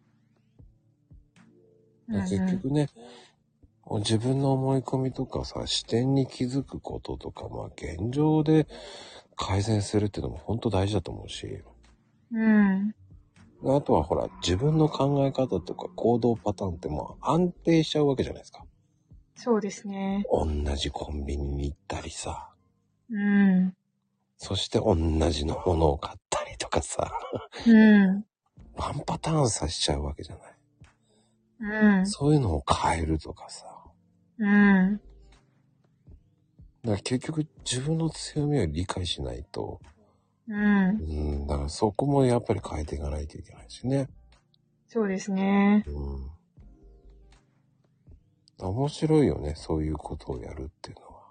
そう。
うん
結局ね、自分の思い込みとかさ、視点に気づくこととか、まあ現状で改善するっていうのも本当大事だと思うし、
うん。
あとはほら、自分の考え方とか行動パターンってもう安定しちゃうわけじゃないですか。
そうですね。
同じコンビニに行ったりさ、
うん。
そして同じのものを買ったりとかさ、
う
ワンパターンさせちゃうわけじゃない。
ん。うん。
そういうのを変えるとかさ。
うん。
だから結局自分の強みを理解しないと、
うん。
うん、だからそこもやっぱり変えていかないといけないしね。
そうですね。
うん。面白いよね、そういうことをやるっていうのは。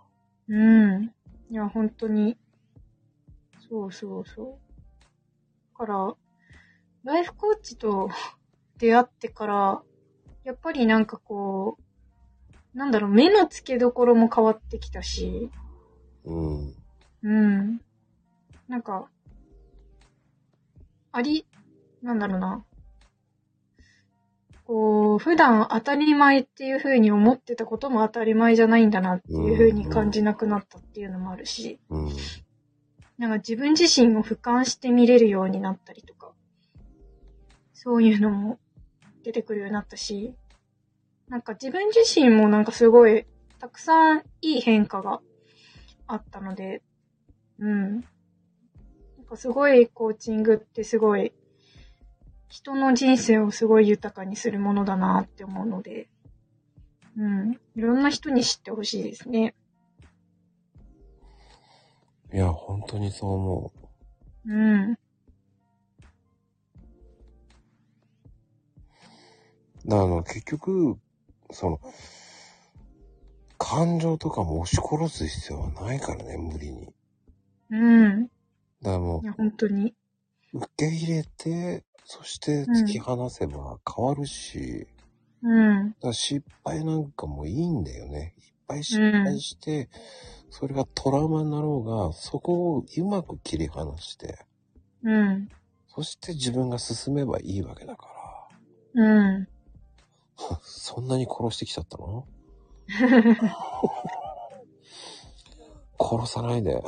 うん。いや、本当に。そうそうそう。だから、ライフコーチと出会ってから、やっぱりなんかこう、なんだろう、目の付けどころも変わってきたし、
うん。
うん。なんか、あり、なんだろうな。こう、普段当たり前っていう風に思ってたことも当たり前じゃないんだなっていう風に感じなくなったっていうのもあるし、
うん。
なんか自分自身を俯瞰して見れるようになったりとか、そういうのも出てくるようになったし、なんか自分自身もなんかすごいたくさんいい変化があったので、うん。なんかすごいコーチングってすごい人の人生をすごい豊かにするものだなって思うので、うん。いろんな人に知ってほしいですね。
いや、本当にそう思う。
うん。
だからあの結局、その、感情とかも押し殺す必要はないからね、無理に。
うん。
だからも
いや、本当に。
う、受け入れて、そして突き放せば変わるし、
うん。
だから失敗なんかもいいんだよね。いっぱい失敗して、それがトラウマになろうが、そこをうまく切り離して、
うん。
そして自分が進めばいいわけだか
うん。
ら、 そんなに殺してきちゃったの殺さないで。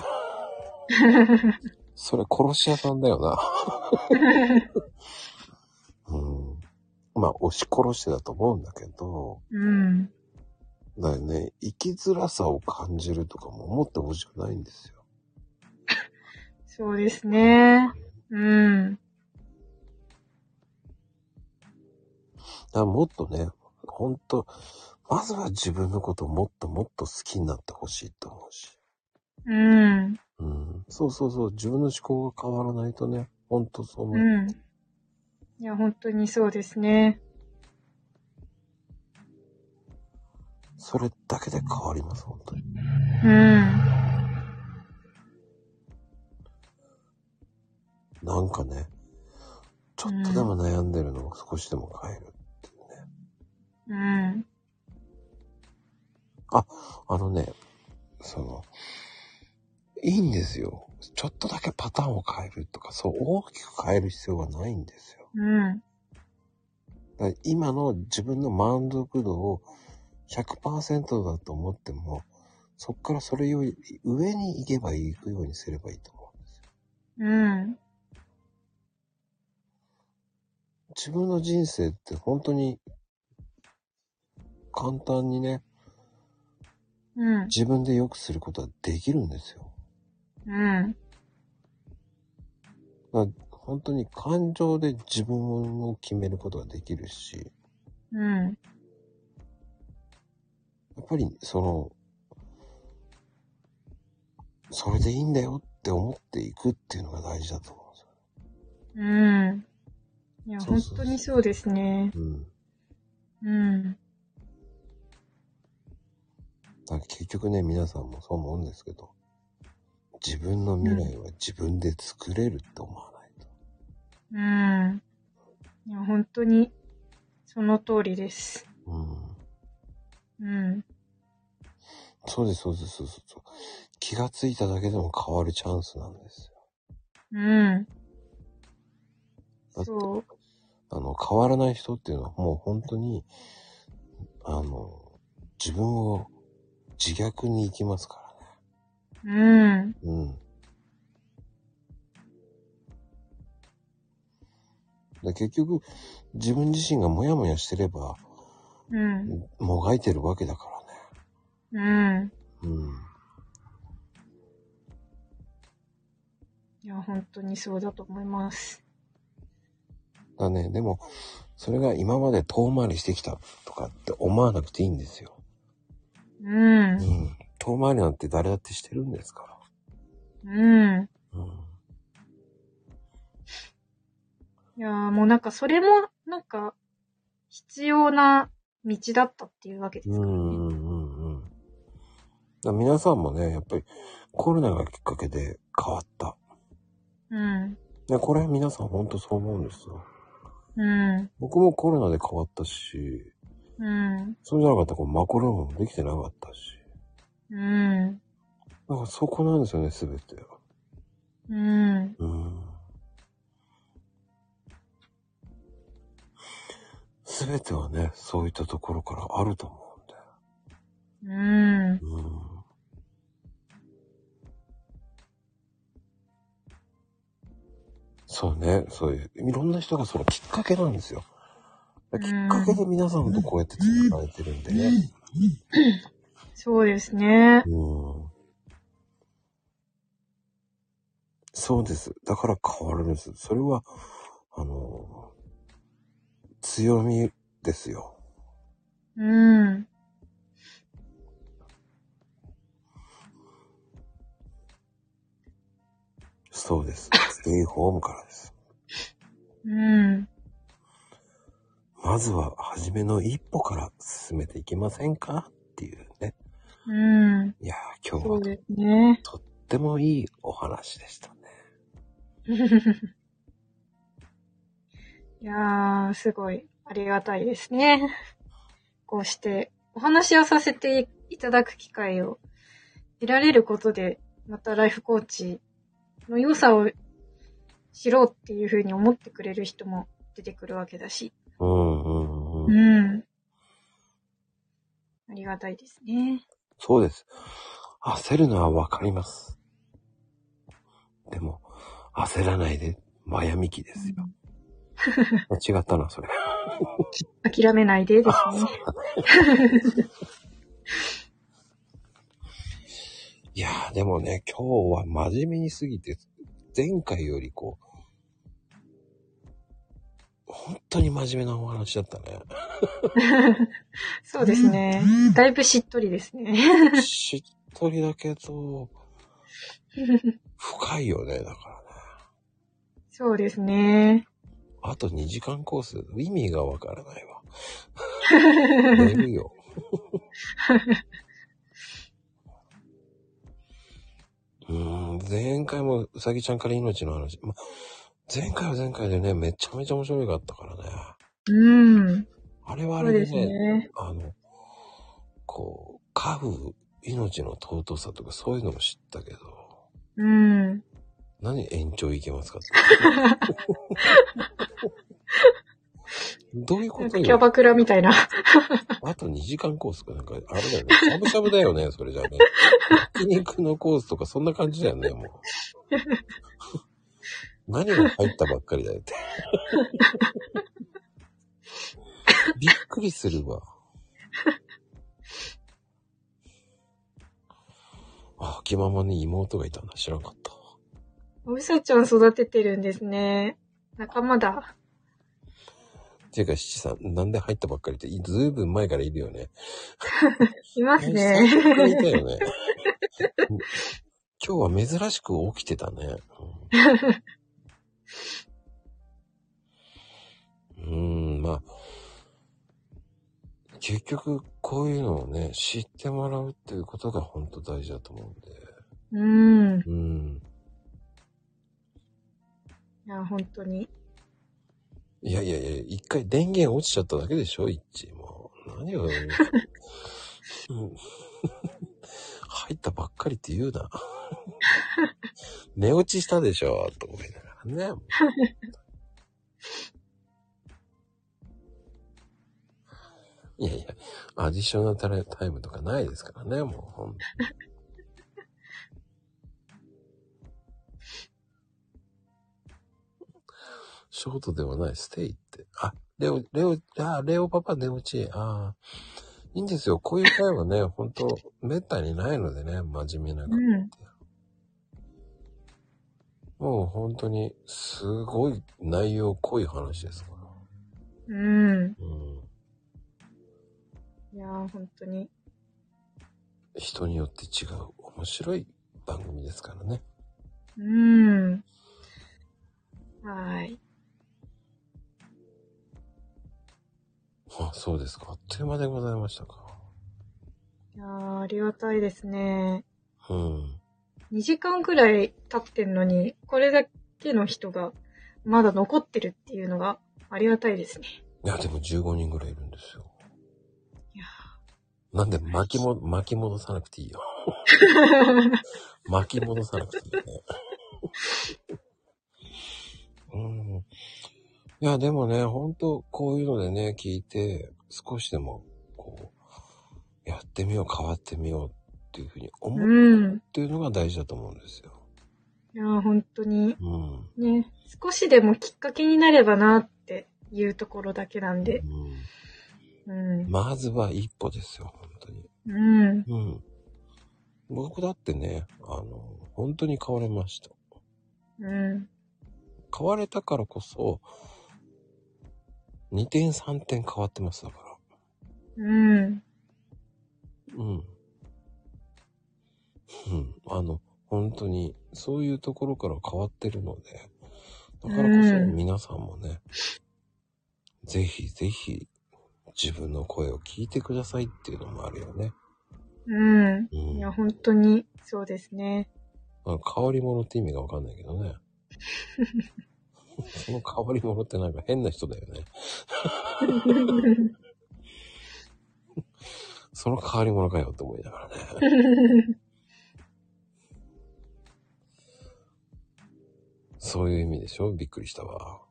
それ殺し屋さんだよな。うん。まあ、押し殺してだと思うんだけど、
うん。
だよね、生きづらさを感じるとかも思ってほしくないんですよ。
そうですね。うん。
だからもっとね、ほんと、まずは自分のことをもっともっと好きになってほしいと思うし。
うん。
うん。そうそうそう、自分の思考が変わらないとね、ほんとそう思う。
うん。いや、本当にそうですね。
それだけで変わります、本当に。
うん。
なんかね、ちょっとでも悩んでるのを少しでも変えるっていうね。
うん。
あのね、その、いいんですよ。ちょっとだけパターンを変えるとか、そう大きく変える必要はないんですよ。
う
だ
ん。
から今の自分の満足度を100%だと思っても、そこからそれより上に行けば行くようにすればいいと思うんですよ。
うん。
自分の人生って本当に簡単にね、
うん。
自分で良くすることはできるんですよ。
うん。
だから本当に感情で自分を決めることができるし、
うん。
やっぱりその、それでいいんだよって思っていくっていうのが大事だと思
うん。いや、
そう
本
そうそう
当にそうですね。
うんですよ。
うん。
うん。だから結局ね、皆さんもそう思うんですけど、自分の未来は自分で作れるって思わないと。
うん。いや、本当に、その通りです。
うん。
うん。
そうです、そうです、そうですそう。気がついただけでも変わるチャンスなんです
うん。
よ。だって
そう。
あの、変わらない人っていうのはもう本当に、あの、自分を自虐に行きますからね。
うん。
うん。で結局、自分自身がモヤモヤしてれば、
うん。
もがいてるわけだからね。
うん。
うん。
いや、本当にそうだと思います。
だね、でも、それが今まで遠回りしてきたとかって思わなくていいんですよ。
うん
う。ん。遠回りなんて誰だってしてるんですから。
うん。
うん。
いやーもうなんかそれも、なんか、必要な道だったっていうわけで
う
す
ん
か
う
らね。
んうんうん。だから皆さんもね、やっぱりコロナがきっかけで変わった。
うん。
ね、これは皆さん本当そう思うんですよ。
うん。
僕もコロナで変わったし、
うん。
そうじゃなかったらこうマコルームもできてなかったし。
うん。
だからそこなんですよね、すべて。
うん。
うん。すべてはね、そういったところからあると思うんだよ。
うん。
うんそうね、そういう、いろんな人がそのきっかけなんですよ。き
う
っ
ん
かけで皆さんとこうやって繋がれてるんでね。
そうですね。
うん。そうです。だから変わるんです。それは、あの、強みですよ。
うん。
そうです。ステイホームからです。
うん。
まずは、初めの一歩から進めていきませんかっていうね。
うん。
いやー、今日
そ
は
う
と
ですね。
ってもいいお話でしたね。
いやー、すごいありがたいですね。こうしてお話をさせていただく機会を得られることで、またライフコーチの良さを知ろうっていうふうに思ってくれる人も出てくるわけだし。
うんうんう。
うんん。ありがたいですね。
そうです。焦るのはわかります。でも、焦らないで、前向きですよ。間違ったな、それ。
諦めないでですね。
いやー、でもね、今日は真面目にすぎて、前回よりこう、本当に真面目なお話だったね。
そうですね。だいぶしっとりですね。
しっとりだけど、深いよね、だからね。
そうですね。
あと2時間コース、意味がわからない わ。寝るよ。うーん、前回もうさぎちゃんから命の話。ま、前回は前回でね、めちゃめちゃ面白かったからね。
うん。
あれはあ
そ
れで
う
ね、
ですね。
あの、こう、家具、命の尊さとかそういうのも知ったけど、
うん。
何延長いけますかって。 どういうこ
なん
と
か
よ
キャバクラみたいな。
あと2時間コースかなんか、あれだよね。しゃぶしゃぶだよね、それじゃあね。焼肉のコースとかそんな感じだよね、もう。 何が入ったばっかりだよって。 びっくりするわ。あ、気ままに妹がいたんだ。知らんかった。
おうさちゃん育ててるんですね。仲間だ。
ていうか、七さん、なんで入ったばっかりって、ずいぶん前からいるよね。
います
最
ね。
近いたよね。今日は珍しく起きてたね。うん、うーんまあ、結局こういうのをね、知ってもらうっていうことが本当大事だと思うんで。
うん。い
うん。
や、本当に。
いやいやいや、一回電源落ちちゃっただけでしょ、一致。もう、何を。うん入ったばっかりって言うな。 寝落ちしたでしょ、と思いながらね。いやいや、アディショナルタイムとかないですからね、もうほんと。ショートではない、ステイって。あ、レオ、レオ、あ、レオパパ寝落ち。ああ。いいんですよ。こういう会はね、 本当めったにないのでね、真面目な
う。ん。
もう本当に、すごい内容濃い話ですから。
うん。
うん。
いや、本当に。
人によって違う面白い番組ですからね。
うん。はい。
あ、そうですか。あっという間でございましたか。
いやー、ありがたいですね。
うん。
2時間くらい経ってんのに、これだけの人がまだ残ってるっていうのがありがたいです ね。
いや、でも15人ぐらいいるんですよ。
いや
なんで巻きも、巻き戻さなくていいよ。巻き戻さなくていいね。 うん。いや、でもね、本当こういうのでね、聞いて、少しでも、こう、やってみよう、変わってみようっていうふうに思
ー
う
うん。
っていうのが大事だと思うんですよ。
いやー、本当に。
うん。
ね、少しでもきっかけになればなっていうところだけなんで。
う
うん
ん、。まずは一歩ですよ、本当に。
うん。
うん。僕だってね、あの、本当に変われました。
うん。
変われたからこそ、2点3点変わってますだから。
うん。
うん。うん。あの、本当に、そういうところから変わってるので、だからこそ
うん
皆さんもね、ぜひぜひ自分の声を聞いてくださいっていうのもあるよね。
うん。
うん
いや、本当に、そうですね。
あの変わり者って意味がわかんないけどね。その変わり者ってなんか変な人だよね。その変わり者かよって思いながらね。そういう意味でしょびっくりしたわ。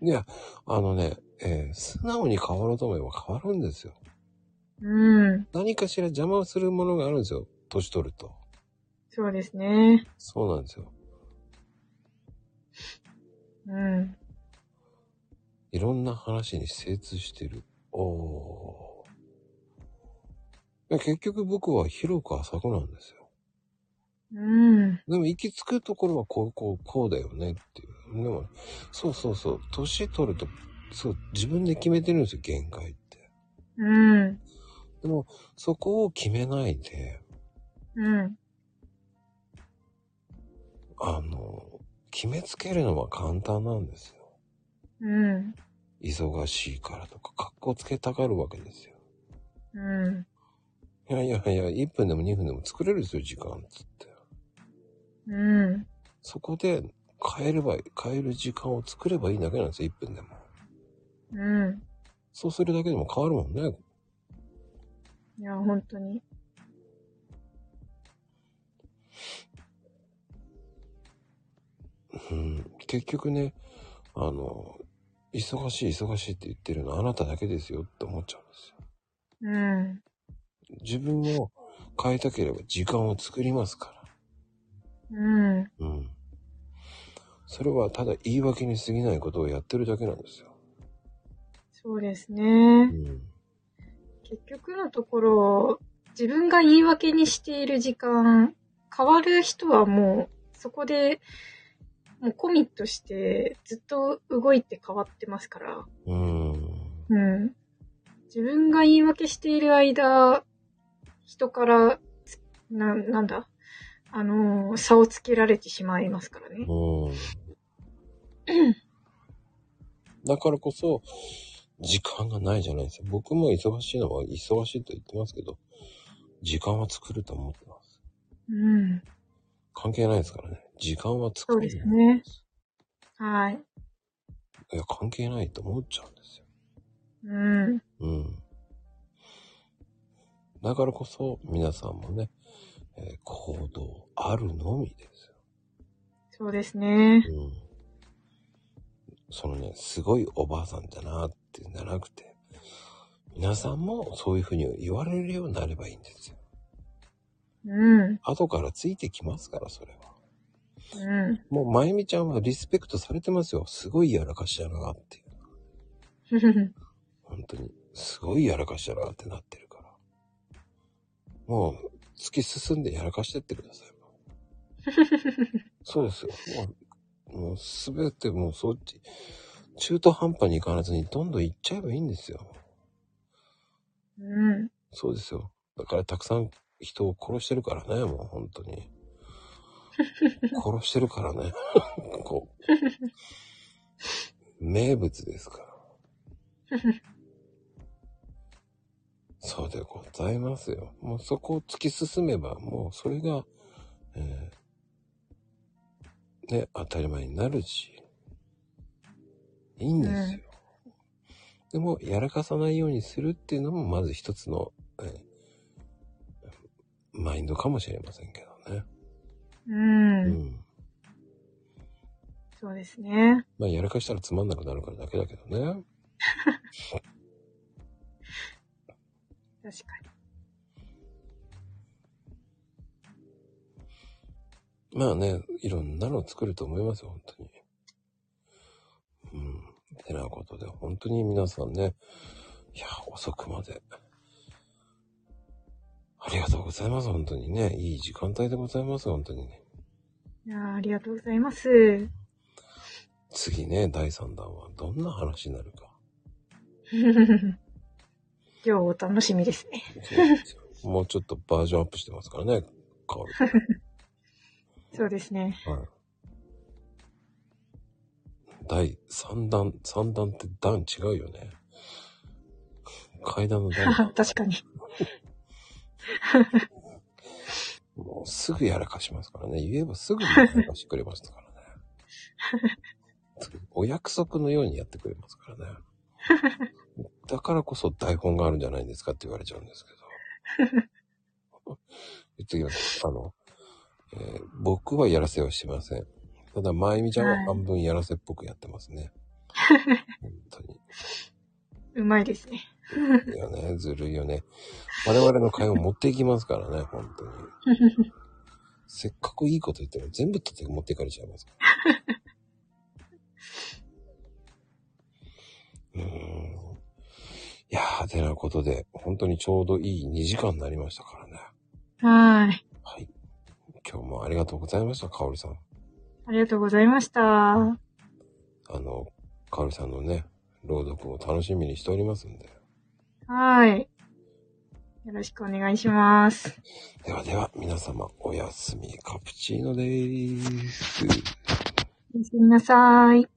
いや、あのね、えー素直に変わろうと思えば変わるんですよ。
うん。
何かしら邪魔をするものがあるんですよ。年取ると。
そうですね。
そうなんですよ。
うん。
いろんな話に精通してる。おー。で結局僕は広く浅くなんですよ。
うん。
でも行き着くところはこう、こう、こうだよねっていう。でも、そうそうそう。年取ると、そう、自分で決めてるんですよ、限界って。
うん。
でも、そこを決めないで、
うん。
あの、決めつけるのは簡単なんですよ。
うん。
忙しいからとか、格好つけたがるわけですよ。
う
い
ん。
やいやいや、1分でも2分でも作れるんですよ、時間っつって。
うん。
そこで変えれば、変える時間を作ればいいだけなんですよ、1分でも。
う
そうするだけでも変わるもんね。
ん。いや、本当に。
うん。結局ね、あの、忙しい忙しいって言ってるのはあなただけですよって思っちゃうんですよ。
うん。
自分を変えたければ時間を作りますか
うん。
ら。うん。それはただ言い訳に過ぎないことをやってるだけなんですよ。
そうです
う
ね。
ん。
結局のところ、自分が言い訳にしている時間、変わる人はもう、そこで、もうコミットして、ずっと動いて変わってますから。
うん。
うん。自分が言い訳している間、人から、つな、なんだあのー差をつけられてしまいますからね。
うん。だからこそ、時間がないじゃないですか。僕も忙しいのは忙しいと言ってますけど、時間は作ると思ってます。
うん。
関係ないですからね。時間は
そ
作
う
る。
ですね。はい。
いや、関係ないと思っちゃうんですよ。
うん。
うん。だからこそ、皆さんもね、えー行動あるのみですよ。
そうですね。
うんそのね、すごいおばあさんだなっていうんじゃなくて、皆さんもそういうふうに言われるようになればいいんですよ。
うん。
後からついてきますから、それは。
う
もう、まゆみちゃんはリスペクトされてますよ。すごいやらかしだなっていう。
ん。
本当に、すごいやらかしだなってなってるから。もう、突き進んでやらかしてってください。そうですよ。もう、もうすべてもうそっち、中途半端に行かずにどんどん行っちゃえばいいんですよ。
うん。
そうですよ。だからたくさん人を殺してるからね、もう本当に。殺してるからね。 こう。名物ですから。そうでございますよ。もうそこを突き進めば、もうそれが、えーね、当たり前になるし、いいんですよ。でも、やらかさないようにするっていうのも、まず一つの、えーマインドかもしれませんけどね。う
う。
んん。
そうですね。
まあ、やらかしたらつまんなくなるからだけだけどね。
確か
まあね、いろんなの作ると思いますよ、本当に。うん。てなことで、本当に皆さんね、いや、遅くまで。ありがとうございます、本当にね。いい時間帯でございます、本当にね。
に。いやーありがとうございます。
次ね、第3弾はどんな話になるか。
今日お楽しみですね。
そうなんですよもうちょっとバージョンアップしてますからね、変わる。
そうで すね。
はい。第3弾、3弾って段違うよね。階段の段。
確かに。
もうすぐやらかしますからね。言えばすぐやらかしてくれますからね。お約束のようにやってくれますからね。だからこそ台本があるんじゃないですかって言われちゃうんですけど。言っときます。あの、えー僕はやらせはしてません。ただ、まゆみちゃんは半分やらせっぽくやってますね。本当に。
うまいですね。
いやね、ずるいよね。我々の会話持っていきますからね、本当に。せっかくいいこと言っても全部取って持っていかれちゃいますから。うーん。いやー、てなことで、本当にちょうどいい2時間になりましたからね。
はい。
はい。今日もありがとうございました、かおりさん。
ありがとうございました。
あの、かおりさんのね、朗読を楽しみにしておりますんで。
はい。よろしくお願いします。
ではでは、皆様、おやすみ、カプチーノでーす。
おやすみなさい。